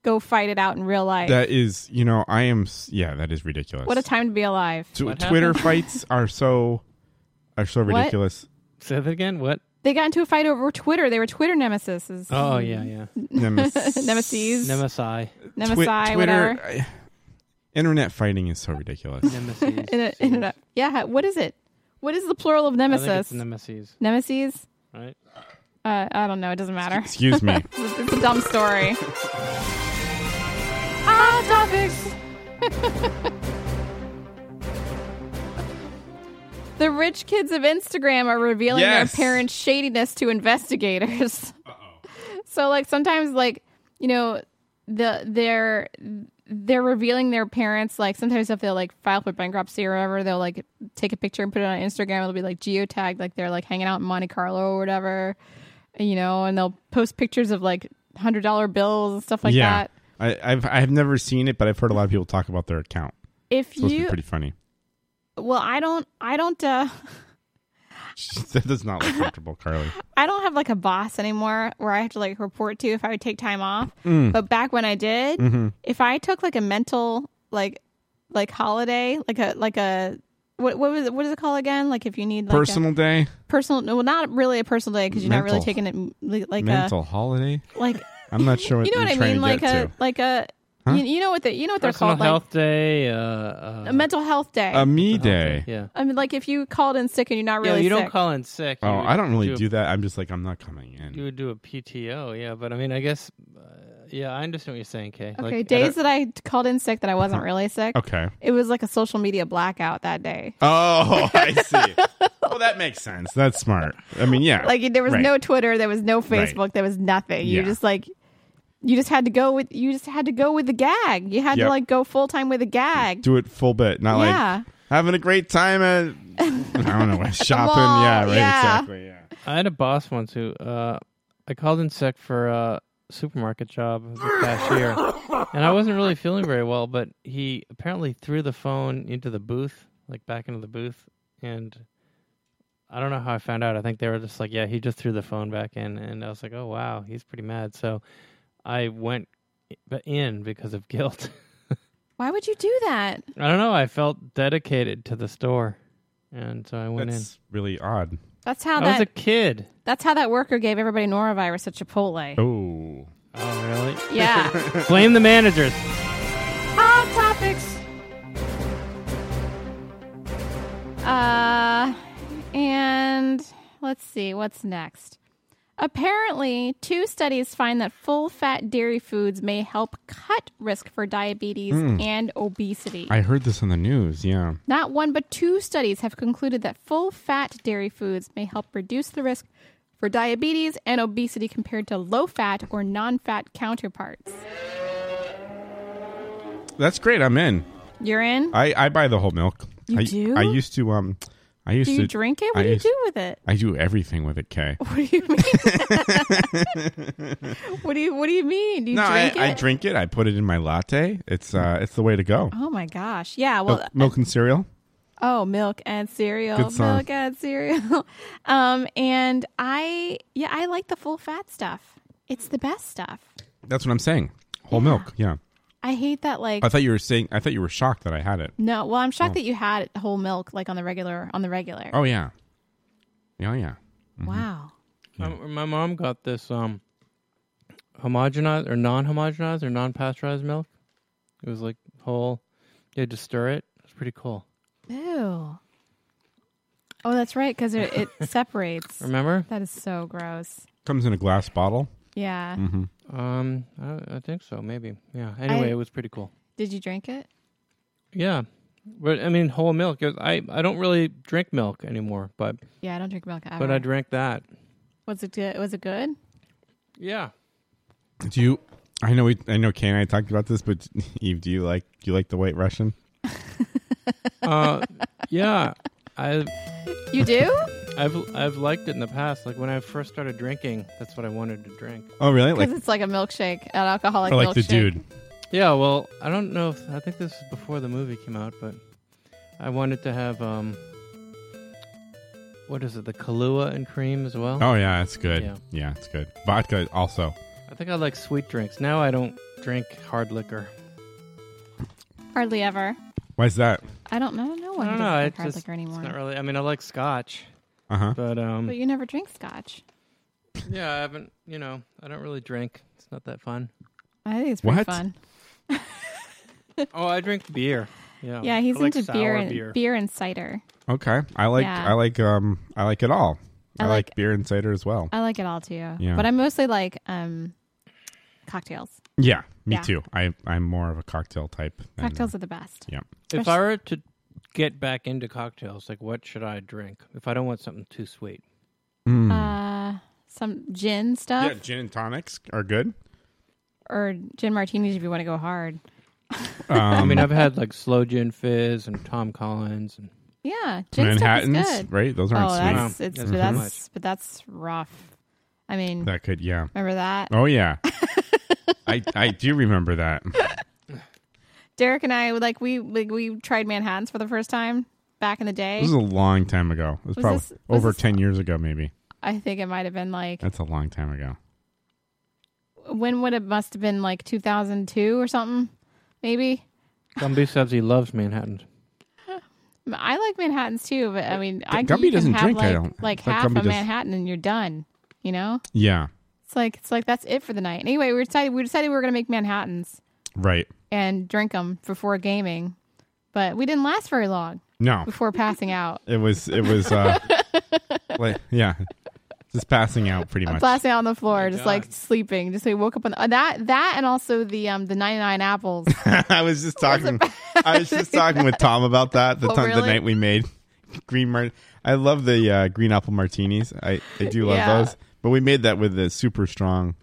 [SPEAKER 2] go fight it out in real life.
[SPEAKER 1] That is, you know, I am. s- Yeah, that is ridiculous.
[SPEAKER 2] what a time to be alive!
[SPEAKER 1] Tw- Twitter fights are so are so
[SPEAKER 2] What? *laughs*
[SPEAKER 1] ridiculous.
[SPEAKER 9] Say that again. What?
[SPEAKER 2] They got into a fight over Twitter. They were Twitter nemesis.
[SPEAKER 9] Oh yeah, yeah.
[SPEAKER 1] Nemesis.
[SPEAKER 2] nemesis,
[SPEAKER 9] Nemesi.
[SPEAKER 2] nemesis,
[SPEAKER 1] Twi-
[SPEAKER 2] whatever.
[SPEAKER 1] I- internet fighting is so ridiculous.
[SPEAKER 2] *laughs*
[SPEAKER 9] Nemesis.
[SPEAKER 2] In a, in a, yeah, what is it? What is the plural of
[SPEAKER 9] I
[SPEAKER 2] nemesis?
[SPEAKER 9] think it's nemesis.
[SPEAKER 2] nemesis.
[SPEAKER 9] Right.
[SPEAKER 2] Uh, I don't know. It doesn't matter.
[SPEAKER 1] Excuse me.
[SPEAKER 2] it's, a, it's a dumb story. ah, topics. *laughs* the rich kids of Instagram are revealing
[SPEAKER 11] Yes.
[SPEAKER 2] their parents' shadiness to investigators. *laughs* so, like sometimes, like you know, the they're they're revealing their parents. Like sometimes if they'll like file for bankruptcy or whatever, they'll like take a picture and put it on Instagram. It'll be like geotagged, like they're like hanging out in Monte Carlo or whatever you know, and they'll post pictures of like hundred dollar bills and stuff like
[SPEAKER 1] yeah,
[SPEAKER 2] that.
[SPEAKER 1] I, I've I've never seen it, but I've heard a lot of people talk about their account.
[SPEAKER 2] If
[SPEAKER 1] It's supposed to
[SPEAKER 2] you-
[SPEAKER 1] be pretty funny.
[SPEAKER 2] Well, I don't, I don't, uh,
[SPEAKER 1] *laughs* that does not look comfortable, Carly.
[SPEAKER 2] I don't have *laughs* like a boss anymore where I have to like report to if I would take time off.
[SPEAKER 1] Mm.
[SPEAKER 2] But back when I did,
[SPEAKER 1] Mhm.
[SPEAKER 2] if I took like a mental like like holiday, like a like a what what was it, what is it called again? Like if you need like a-
[SPEAKER 1] Personal day,
[SPEAKER 2] personal no, well not really a personal day because you're not really taking
[SPEAKER 1] Mental.
[SPEAKER 2] it m- li- like
[SPEAKER 1] mental
[SPEAKER 2] a
[SPEAKER 1] holiday.
[SPEAKER 2] like
[SPEAKER 1] I'm not sure. What
[SPEAKER 2] you know
[SPEAKER 1] I'm
[SPEAKER 2] what I
[SPEAKER 1] trying
[SPEAKER 2] mean
[SPEAKER 1] to
[SPEAKER 2] like
[SPEAKER 1] get
[SPEAKER 2] a
[SPEAKER 1] to.
[SPEAKER 2] like a
[SPEAKER 1] Huh?
[SPEAKER 2] you, you know what the, you know what they're
[SPEAKER 9] Personal
[SPEAKER 2] called
[SPEAKER 9] health
[SPEAKER 2] like
[SPEAKER 9] day. Uh, uh,
[SPEAKER 2] a mental health day.
[SPEAKER 1] a me day.
[SPEAKER 9] Yeah.
[SPEAKER 2] I mean like if you called in sick and you're not really
[SPEAKER 9] yeah, you don't
[SPEAKER 2] sick.
[SPEAKER 9] call in sick.
[SPEAKER 1] Oh,
[SPEAKER 9] You
[SPEAKER 1] I don't really
[SPEAKER 9] a-
[SPEAKER 1] do that. I'm just like I'm not coming in.
[SPEAKER 9] You would do a PTO, yeah. But I mean, I guess, uh, yeah, I understand what you're saying, Kay. Like,
[SPEAKER 2] Okay,
[SPEAKER 9] I
[SPEAKER 2] days
[SPEAKER 9] don't-
[SPEAKER 2] that I called in sick that I wasn't really sick.
[SPEAKER 1] Uh-huh. Okay.
[SPEAKER 2] It was like a social media blackout that day.
[SPEAKER 1] Oh, *laughs* I see. well, that makes sense. That's smart. I mean, yeah.
[SPEAKER 2] Like there was
[SPEAKER 1] Right.
[SPEAKER 2] no Twitter, there was no
[SPEAKER 1] Right.
[SPEAKER 2] Facebook, there was nothing. You
[SPEAKER 1] Yeah.
[SPEAKER 2] just like you just had to go with you just had to go with the gag. You had
[SPEAKER 1] Yep.
[SPEAKER 2] to like go full time with the gag.
[SPEAKER 1] do it full bit, not
[SPEAKER 2] Yeah.
[SPEAKER 1] like having a great time
[SPEAKER 2] *laughs*
[SPEAKER 1] at I don't know shopping.
[SPEAKER 2] mall,
[SPEAKER 1] yeah, right.
[SPEAKER 2] yeah.
[SPEAKER 1] Exactly. Yeah.
[SPEAKER 9] I had a boss once who uh, I called in sick for a supermarket job as a cashier, and I wasn't really feeling very well. But he apparently threw the phone into the booth, like back into the booth, and I don't know how I found out. I think they were just like, "Yeah, he just threw the phone back in," and I was like, "Oh wow, he's pretty mad." So I went i- in because of *laughs* guilt.
[SPEAKER 2] Why would you do that?
[SPEAKER 9] I don't know. I felt dedicated to the store, and so I went
[SPEAKER 1] That's really odd.
[SPEAKER 2] That's
[SPEAKER 9] in.
[SPEAKER 2] how
[SPEAKER 9] I was
[SPEAKER 2] that
[SPEAKER 9] a kid.
[SPEAKER 2] that's how that worker gave everybody norovirus at Chipotle.
[SPEAKER 1] Oh.
[SPEAKER 9] Oh really?
[SPEAKER 1] *laughs*
[SPEAKER 2] Yeah.
[SPEAKER 9] Blame the managers.
[SPEAKER 2] Hot topics. Uh, and let's see what's next. Apparently, two studies find that full-fat dairy foods may help cut risk for diabetes
[SPEAKER 1] Mm.
[SPEAKER 2] and obesity.
[SPEAKER 1] I heard this on the news. Yeah.
[SPEAKER 2] Not one, but two studies have concluded that full fat dairy foods may help reduce the risk for diabetes and obesity compared to low fat or non fat counterparts.
[SPEAKER 1] That's great. I'm in.
[SPEAKER 2] You're in?
[SPEAKER 1] I, I buy the whole milk.
[SPEAKER 2] You
[SPEAKER 1] I,
[SPEAKER 2] do?
[SPEAKER 1] I used to um I used
[SPEAKER 2] do
[SPEAKER 1] to
[SPEAKER 2] you drink it? What
[SPEAKER 1] I
[SPEAKER 2] do you
[SPEAKER 1] used-
[SPEAKER 2] do with it?
[SPEAKER 1] I do everything with it, Kay.
[SPEAKER 2] What do you mean? *laughs* what do you What do you mean? Do you
[SPEAKER 1] no, I,
[SPEAKER 2] drink it?
[SPEAKER 1] I drink it. I put it in my latte. It's uh it's the way to go.
[SPEAKER 2] Oh my gosh! Yeah. Well.
[SPEAKER 1] milk, milk and cereal.
[SPEAKER 2] Oh, milk and cereal.
[SPEAKER 1] Good song.
[SPEAKER 2] Milk and cereal. *laughs* um, and I, yeah, I like the full fat stuff. It's the best stuff.
[SPEAKER 1] That's what I'm saying. Whole milk. Yeah.
[SPEAKER 2] I hate that. Like
[SPEAKER 1] I thought you were saying I thought you were shocked that I had it.
[SPEAKER 2] No, well, I'm shocked
[SPEAKER 1] Oh.
[SPEAKER 2] that you had whole milk like on the regular. On the regular.
[SPEAKER 1] Oh yeah. Yeah, yeah.
[SPEAKER 2] Wow.
[SPEAKER 9] Um, my mom got this um, homogenized or non-homogenized or non-pasteurized milk. It was like whole. You had to stir it. It was pretty cool.
[SPEAKER 1] Mm-hmm.
[SPEAKER 2] Ew. Oh, that's right, because it,
[SPEAKER 1] *laughs*
[SPEAKER 2] it separates.
[SPEAKER 9] Remember?
[SPEAKER 2] That is so gross.
[SPEAKER 1] Comes in a glass bottle.
[SPEAKER 2] Yeah.
[SPEAKER 1] Mm-hmm.
[SPEAKER 9] Um, I, I think so. Maybe. Yeah. Anyway,
[SPEAKER 2] I-
[SPEAKER 9] it was pretty cool.
[SPEAKER 2] Did you drink it?
[SPEAKER 9] Yeah, but I mean whole milk. It was- I I don't really drink milk anymore, but
[SPEAKER 2] Yeah, I don't drink milk ever.
[SPEAKER 9] but I drank that.
[SPEAKER 2] was it good? Was it good?
[SPEAKER 9] Yeah.
[SPEAKER 1] Do you? I know we. I know Kay and I talked about this, but *laughs* Eve, do you like? Do you like the White Russian?
[SPEAKER 9] Uh, *laughs* yeah. I.
[SPEAKER 2] You do?
[SPEAKER 9] I've I've liked it in the past. Like when I first started drinking, that's what I wanted to drink.
[SPEAKER 1] Oh, really? *laughs*
[SPEAKER 2] Because
[SPEAKER 1] Like,
[SPEAKER 2] it's like a milkshake, an alcoholic
[SPEAKER 1] or
[SPEAKER 2] milkshake.
[SPEAKER 1] like the dude?
[SPEAKER 9] Yeah, well, I don't know. If, I think this is before the movie came out, but I wanted to have um, what is it? The Kahlua and cream as well.
[SPEAKER 1] Oh yeah, it's good.
[SPEAKER 9] Yeah.
[SPEAKER 1] Yeah. it's good. Vodka also.
[SPEAKER 9] I think I like sweet drinks. Now I don't drink hard liquor.
[SPEAKER 2] Hardly ever.
[SPEAKER 1] Why is that?
[SPEAKER 2] I don't know. No one
[SPEAKER 9] I
[SPEAKER 2] doesn't
[SPEAKER 9] don't know.
[SPEAKER 2] drink
[SPEAKER 9] it's
[SPEAKER 2] hard
[SPEAKER 9] just
[SPEAKER 2] liquor anymore.
[SPEAKER 9] it's not really. I mean, I like scotch,
[SPEAKER 1] Uh huh.
[SPEAKER 9] but um,
[SPEAKER 2] But you never drink scotch.
[SPEAKER 9] yeah, I haven't. You know, I don't really drink. It's not
[SPEAKER 2] *laughs*
[SPEAKER 9] that fun.
[SPEAKER 2] I think it's pretty
[SPEAKER 9] What?
[SPEAKER 2] fun.
[SPEAKER 9] oh, I drink beer. Yeah.
[SPEAKER 2] Yeah, he's
[SPEAKER 9] Oh, I like
[SPEAKER 2] into
[SPEAKER 9] sour
[SPEAKER 2] beer and beer. and cider.
[SPEAKER 1] Okay. I like.
[SPEAKER 2] Yeah.
[SPEAKER 1] I like. Um. I like it all.
[SPEAKER 2] I
[SPEAKER 1] I, like, beer and cider as well.
[SPEAKER 2] I like it all too.
[SPEAKER 1] Yeah.
[SPEAKER 2] But I mostly like um cocktails.
[SPEAKER 1] yeah. Me
[SPEAKER 2] Yeah.
[SPEAKER 1] too. I. I'm more of a cocktail type. than-
[SPEAKER 2] Cocktails are the best.
[SPEAKER 1] Yeah.
[SPEAKER 9] If I were to get back into cocktails, like what should I drink? If I don't want something too sweet.
[SPEAKER 1] Mm.
[SPEAKER 2] Uh some gin stuff
[SPEAKER 1] Yeah. Gin and tonics are good.
[SPEAKER 2] or gin martinis if you want to go hard.
[SPEAKER 9] I mean,
[SPEAKER 1] Um,
[SPEAKER 9] I've had like slow gin fizz and Tom Collins and
[SPEAKER 2] Yeah, gin
[SPEAKER 1] Manhattans,
[SPEAKER 2] stuff is good.
[SPEAKER 1] right? Those aren't
[SPEAKER 2] oh,
[SPEAKER 1] sweet.
[SPEAKER 2] That's,
[SPEAKER 1] No,
[SPEAKER 2] it's,
[SPEAKER 1] that's
[SPEAKER 2] but
[SPEAKER 1] too
[SPEAKER 2] that's
[SPEAKER 1] much.
[SPEAKER 2] but that's rough. I mean,
[SPEAKER 1] That could. Yeah.
[SPEAKER 2] remember that?
[SPEAKER 1] Oh
[SPEAKER 2] *laughs*
[SPEAKER 1] yeah. I. I do remember that.
[SPEAKER 2] Derek and I like we like, we tried Manhattans for the first time. back in the day.
[SPEAKER 1] This is a long time ago. It was,
[SPEAKER 2] Was
[SPEAKER 1] probably
[SPEAKER 2] this- was
[SPEAKER 1] over
[SPEAKER 2] this-
[SPEAKER 1] 10 years ago, maybe.
[SPEAKER 2] I think it might have been like
[SPEAKER 1] That's a long time ago.
[SPEAKER 2] when would it must have been like 2002 or something, maybe.
[SPEAKER 9] Gumby says he loves Manhattan.
[SPEAKER 2] I like Manhattans too, but I mean, I
[SPEAKER 9] Gumby
[SPEAKER 2] you can
[SPEAKER 9] doesn't
[SPEAKER 2] have
[SPEAKER 9] drink, I
[SPEAKER 2] Like,
[SPEAKER 9] don't-
[SPEAKER 2] like
[SPEAKER 9] but
[SPEAKER 2] half
[SPEAKER 9] Gumby
[SPEAKER 2] a
[SPEAKER 9] does-
[SPEAKER 2] Manhattan, and you're done. You know,
[SPEAKER 1] Yeah,
[SPEAKER 2] it's like it's like that's it for the night. Anyway, we decided we decided we were gonna make Manhattans
[SPEAKER 1] right.
[SPEAKER 2] and drink them before gaming, but we didn't last very long. *laughs*
[SPEAKER 1] No.
[SPEAKER 2] before passing out,
[SPEAKER 1] It was, it was,
[SPEAKER 2] *laughs*
[SPEAKER 1] uh, like, yeah, just passing out pretty much.
[SPEAKER 2] passing out on the floor, just like sleeping. Just we woke up on uh, that that, and also the um the ninety
[SPEAKER 1] *laughs*
[SPEAKER 2] nine apples.
[SPEAKER 1] I was just talking. I was just talking with Tom about that
[SPEAKER 2] *laughs*
[SPEAKER 1] the
[SPEAKER 2] Oh,
[SPEAKER 1] time the
[SPEAKER 2] really?
[SPEAKER 1] night we made green. Mar- I love the uh, green apple martinis. I I do love
[SPEAKER 2] Yeah.
[SPEAKER 1] those. But we made that with the super strong.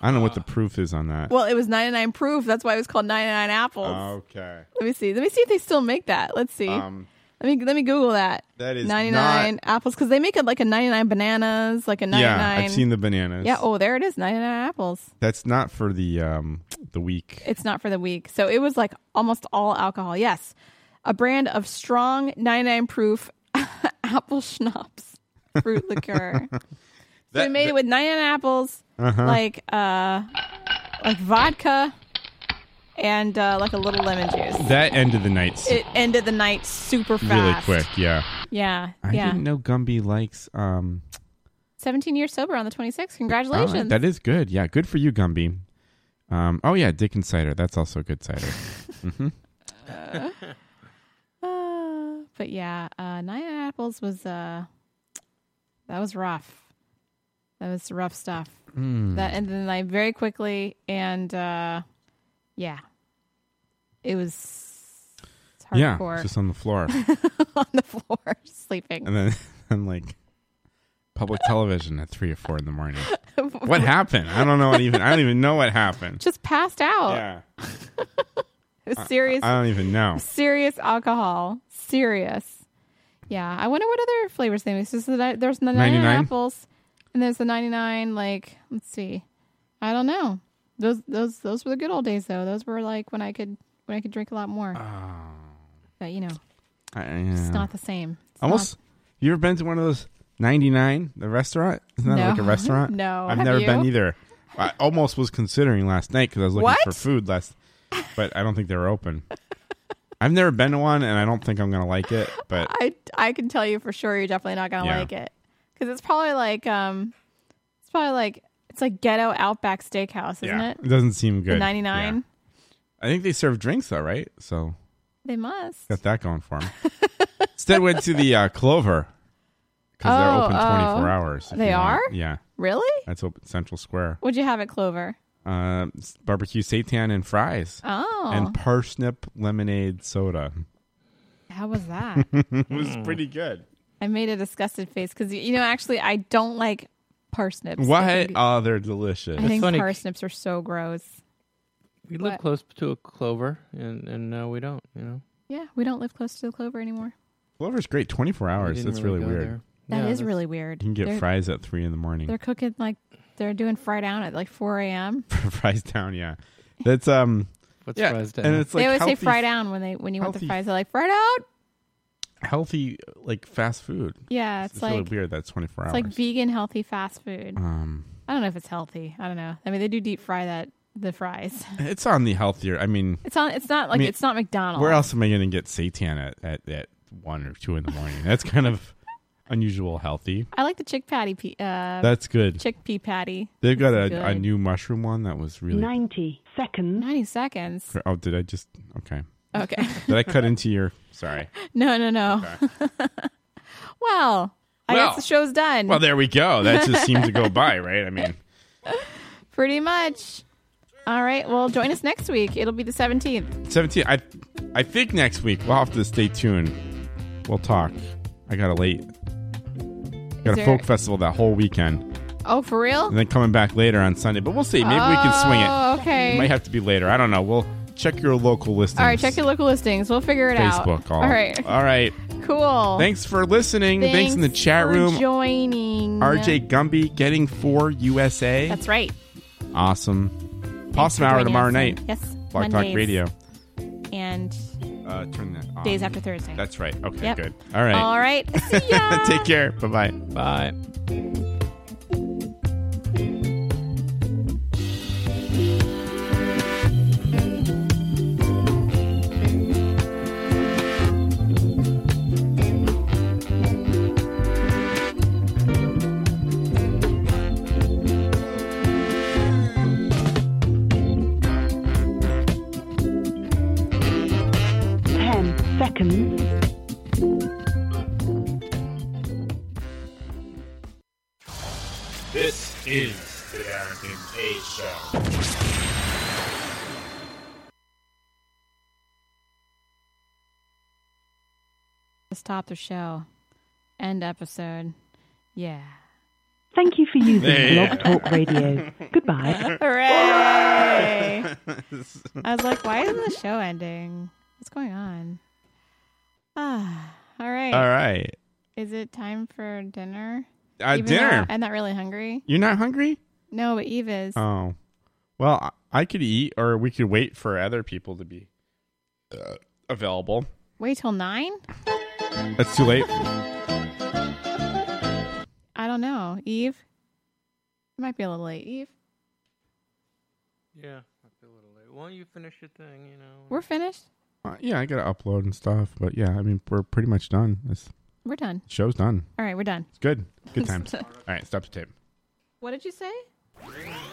[SPEAKER 1] I don't know what the proof is on that.
[SPEAKER 2] well, it was ninety nine proof. That's why it was called ninety nine apples.
[SPEAKER 1] Oh, okay,
[SPEAKER 2] Let me see. Let me see if they still make that. Let's see.
[SPEAKER 1] Um,
[SPEAKER 2] let me let me Google that.
[SPEAKER 1] That is
[SPEAKER 2] ninety nine apples because they make it like a ninety nine bananas, like a ninety nine.
[SPEAKER 1] yeah, I've seen the bananas.
[SPEAKER 2] Yeah. Oh, there it is. Ninety nine apples.
[SPEAKER 1] that's not for the um the week.
[SPEAKER 2] It's not for the week. So it was like almost all alcohol. Yes, a brand of strong ninety nine proof *laughs* apple schnapps
[SPEAKER 1] *laughs*
[SPEAKER 2] fruit liqueur. so we made it with ninety nine apples,
[SPEAKER 1] Uh-huh.
[SPEAKER 2] like uh, like vodka, and uh, like a little lemon juice.
[SPEAKER 1] That ended the night s-
[SPEAKER 2] It ended the night super fast.
[SPEAKER 1] really quick. Yeah.
[SPEAKER 2] Yeah,
[SPEAKER 1] I
[SPEAKER 2] yeah.
[SPEAKER 1] didn't know Gumby likes um.
[SPEAKER 2] 17 years sober on the 26th.
[SPEAKER 1] oh,
[SPEAKER 2] Congratulations.
[SPEAKER 1] that is good. Yeah, good for you, Gumby. Um. Oh yeah, Dick and cider. That's also good cider. hmm
[SPEAKER 2] Uh, uh, but yeah, uh, nine apples was uh, that was rough. That was rough stuff.
[SPEAKER 1] Mm.
[SPEAKER 2] That ended the night very quickly, and uh, yeah, it was it's
[SPEAKER 1] Yeah,
[SPEAKER 2] hardcore.
[SPEAKER 1] just on the floor.
[SPEAKER 2] *laughs* on the floor, sleeping.
[SPEAKER 1] and then *laughs* I'm like public television at three or four in the
[SPEAKER 2] *laughs*
[SPEAKER 1] morning. what happened? I don't know. What even I don't even know what
[SPEAKER 2] *laughs*
[SPEAKER 1] happened.
[SPEAKER 2] just passed out.
[SPEAKER 1] Yeah.
[SPEAKER 2] It
[SPEAKER 1] I-
[SPEAKER 2] was serious.
[SPEAKER 1] I, don't even know.
[SPEAKER 2] Serious alcohol. Serious. Yeah. I wonder what other flavors they make. So the, there's the 99
[SPEAKER 1] 99?
[SPEAKER 2] apples and there's the 99, like, let's see. I don't know. Those, those, those were the good old days though. Those were like when I could, when I could drink a lot more. But you know,
[SPEAKER 1] I,
[SPEAKER 2] it's
[SPEAKER 1] Ah. yeah.
[SPEAKER 2] not the same. It's
[SPEAKER 1] Almost. You ever been to one of those 99? The restaurant? Isn't that
[SPEAKER 2] No.
[SPEAKER 1] like a restaurant?
[SPEAKER 2] No.
[SPEAKER 1] I've
[SPEAKER 2] Have
[SPEAKER 1] never
[SPEAKER 2] you?
[SPEAKER 1] been either. I almost was considering last night because I was looking
[SPEAKER 2] What?
[SPEAKER 1] for food last, but I don't think they were open. I've never been to one, and I don't think I'm gonna like it. But
[SPEAKER 2] not- I, I can tell you for sure you're definitely not going to
[SPEAKER 1] Yeah.
[SPEAKER 2] like it. Cause it's probably like, um, it's probably like, it's like ghetto outback steakhouse, *laughs* isn't
[SPEAKER 1] yeah,
[SPEAKER 2] it?
[SPEAKER 1] it doesn't seem good.
[SPEAKER 2] The 99.
[SPEAKER 1] Yeah. I think they serve drinks though, right? So
[SPEAKER 2] They must.
[SPEAKER 1] Got that going for him. Instead, went to the uh, Clover because they're
[SPEAKER 2] Oh,
[SPEAKER 1] open 24
[SPEAKER 2] oh.
[SPEAKER 1] hours. if
[SPEAKER 2] They
[SPEAKER 1] you want.
[SPEAKER 2] are?
[SPEAKER 1] Yeah.
[SPEAKER 2] Really?
[SPEAKER 1] That's open Central Square.
[SPEAKER 2] What'd you have at Clover?
[SPEAKER 1] Uh, s- barbecue seitan and fries.
[SPEAKER 2] Oh.
[SPEAKER 1] And parsnip lemonade soda. *laughs*
[SPEAKER 2] How was that?
[SPEAKER 1] it was
[SPEAKER 9] Mm.
[SPEAKER 1] pretty good.
[SPEAKER 2] I made a disgusted face because you know, actually, I don't like parsnips. I
[SPEAKER 1] What?
[SPEAKER 2] think,
[SPEAKER 1] Oh, they're delicious.
[SPEAKER 2] I think
[SPEAKER 9] funny.
[SPEAKER 2] parsnips are so gross.
[SPEAKER 9] We live
[SPEAKER 2] What?
[SPEAKER 9] close to a clover, and and now we don't. You know,
[SPEAKER 2] Yeah, we don't live close to the Clover anymore.
[SPEAKER 1] Clover's great. 24 hours.
[SPEAKER 9] didn't
[SPEAKER 1] That's
[SPEAKER 9] really
[SPEAKER 1] really,
[SPEAKER 9] go
[SPEAKER 1] weird.
[SPEAKER 9] there.
[SPEAKER 2] That is
[SPEAKER 9] Yeah, that's-
[SPEAKER 2] really weird.
[SPEAKER 1] You can get
[SPEAKER 2] they're,
[SPEAKER 1] fries at 3 in the morning.
[SPEAKER 2] They're cooking like they're doing fry down at like 4 a.m.
[SPEAKER 1] *laughs* fries down, yeah. That's, um,
[SPEAKER 9] What's
[SPEAKER 1] yeah.
[SPEAKER 9] fries down?
[SPEAKER 1] And it's like
[SPEAKER 2] they always
[SPEAKER 1] healthy,
[SPEAKER 2] say fry down when they when you want the
[SPEAKER 1] healthy-
[SPEAKER 2] fries. They're like fried out.
[SPEAKER 1] healthy, like fast food.
[SPEAKER 2] Yeah, it's, like
[SPEAKER 1] really weird. That's 24
[SPEAKER 2] it's
[SPEAKER 1] hours.
[SPEAKER 2] like vegan healthy fast food.
[SPEAKER 1] um,
[SPEAKER 2] I don't know if it's healthy. I don't know. I mean, they do deep fry that the fries. *laughs*
[SPEAKER 1] It's on the healthier. I mean,
[SPEAKER 2] It's on. It's not like
[SPEAKER 1] I mean,
[SPEAKER 2] it's not McDonald's.
[SPEAKER 1] where else am I going to get seitan at, at at one or two in the morning? That's kind of unusual. Healthy.
[SPEAKER 2] I like the chick patty. pe- Uh,
[SPEAKER 1] That's good.
[SPEAKER 2] Chickpea patty.
[SPEAKER 1] They've got
[SPEAKER 2] It's
[SPEAKER 1] a, a
[SPEAKER 2] good.
[SPEAKER 1] new mushroom one that was really.
[SPEAKER 2] ninety seconds. Ninety seconds.
[SPEAKER 1] cr- Oh, did I just? Okay.
[SPEAKER 2] Okay.
[SPEAKER 1] did I
[SPEAKER 2] *laughs*
[SPEAKER 1] cut into your? Sorry.
[SPEAKER 2] No, no, no. *laughs* well, I
[SPEAKER 1] Well.
[SPEAKER 2] guess the show's done.
[SPEAKER 1] Well, there we go. That
[SPEAKER 2] *laughs*
[SPEAKER 1] just seemed to go by, right? I mean,
[SPEAKER 2] Pretty much. All right. Well, join us next week. It'll be the seventeenth.
[SPEAKER 1] seventeen. I I think next week we'll have to stay tuned. We'll talk. I got a late. Got a
[SPEAKER 2] there-
[SPEAKER 1] folk festival that whole weekend.
[SPEAKER 2] Oh, for real?
[SPEAKER 1] and then coming back later on Sunday. But we'll see. Maybe we can swing
[SPEAKER 2] Oh,
[SPEAKER 1] it.
[SPEAKER 2] okay.
[SPEAKER 1] It might have to be later. I don't know. We'll check your local listings.
[SPEAKER 2] All right. Check your local listings. We'll figure it out.
[SPEAKER 1] Facebook. All,
[SPEAKER 2] all right.
[SPEAKER 1] All right.
[SPEAKER 2] Cool.
[SPEAKER 1] Thanks for listening. Thanks, in the chat
[SPEAKER 2] for
[SPEAKER 1] room.
[SPEAKER 2] Joining
[SPEAKER 1] RJ Gumby getting four USA.
[SPEAKER 2] That's right.
[SPEAKER 1] awesome. Possum
[SPEAKER 2] for
[SPEAKER 1] Hour
[SPEAKER 2] joining
[SPEAKER 1] tomorrow
[SPEAKER 2] us.
[SPEAKER 1] night.
[SPEAKER 2] Yes,
[SPEAKER 1] Blog Talk
[SPEAKER 2] Mondays.
[SPEAKER 1] Radio.
[SPEAKER 2] And
[SPEAKER 1] uh, turn that off.
[SPEAKER 2] Days after Thursday.
[SPEAKER 1] That's right. Okay,
[SPEAKER 2] Yep.
[SPEAKER 1] good. All right. *laughs*
[SPEAKER 2] All right. See ya.
[SPEAKER 1] Take care. Bye-bye.
[SPEAKER 9] Bye.
[SPEAKER 19] Ten seconds.
[SPEAKER 12] This is the Darrington K Show.
[SPEAKER 2] Stop the show. End episode. Yeah.
[SPEAKER 19] Thank you for using
[SPEAKER 2] Yeah.
[SPEAKER 19] Blog Talk
[SPEAKER 1] *laughs*
[SPEAKER 19] Radio. Goodbye.
[SPEAKER 2] Hooray! I was like, why isn't the show ending? What's going on? Ah, all right.
[SPEAKER 1] All right.
[SPEAKER 2] Is it time for dinner?
[SPEAKER 1] Uh,
[SPEAKER 2] Even
[SPEAKER 1] dinner.
[SPEAKER 2] though I'm not really hungry.
[SPEAKER 1] You're not hungry?
[SPEAKER 2] No, but Eve is.
[SPEAKER 1] Oh. Well, I- I could eat, or we could wait for other people to be uh, available.
[SPEAKER 2] Wait till nine?
[SPEAKER 1] That's too
[SPEAKER 2] *laughs*
[SPEAKER 1] late.
[SPEAKER 2] I don't know. Eve? It might be a little late. Eve?
[SPEAKER 9] Yeah, I feel a little late. Why don't you finish your thing? You know.
[SPEAKER 2] We're finished?
[SPEAKER 1] Uh, yeah, I gotta upload and stuff, but yeah, I mean, we're pretty much done. This
[SPEAKER 2] We're done.
[SPEAKER 1] show's done.
[SPEAKER 2] All right, we're done.
[SPEAKER 1] It's good. Good times. All right, stop the tape.
[SPEAKER 2] What did you say?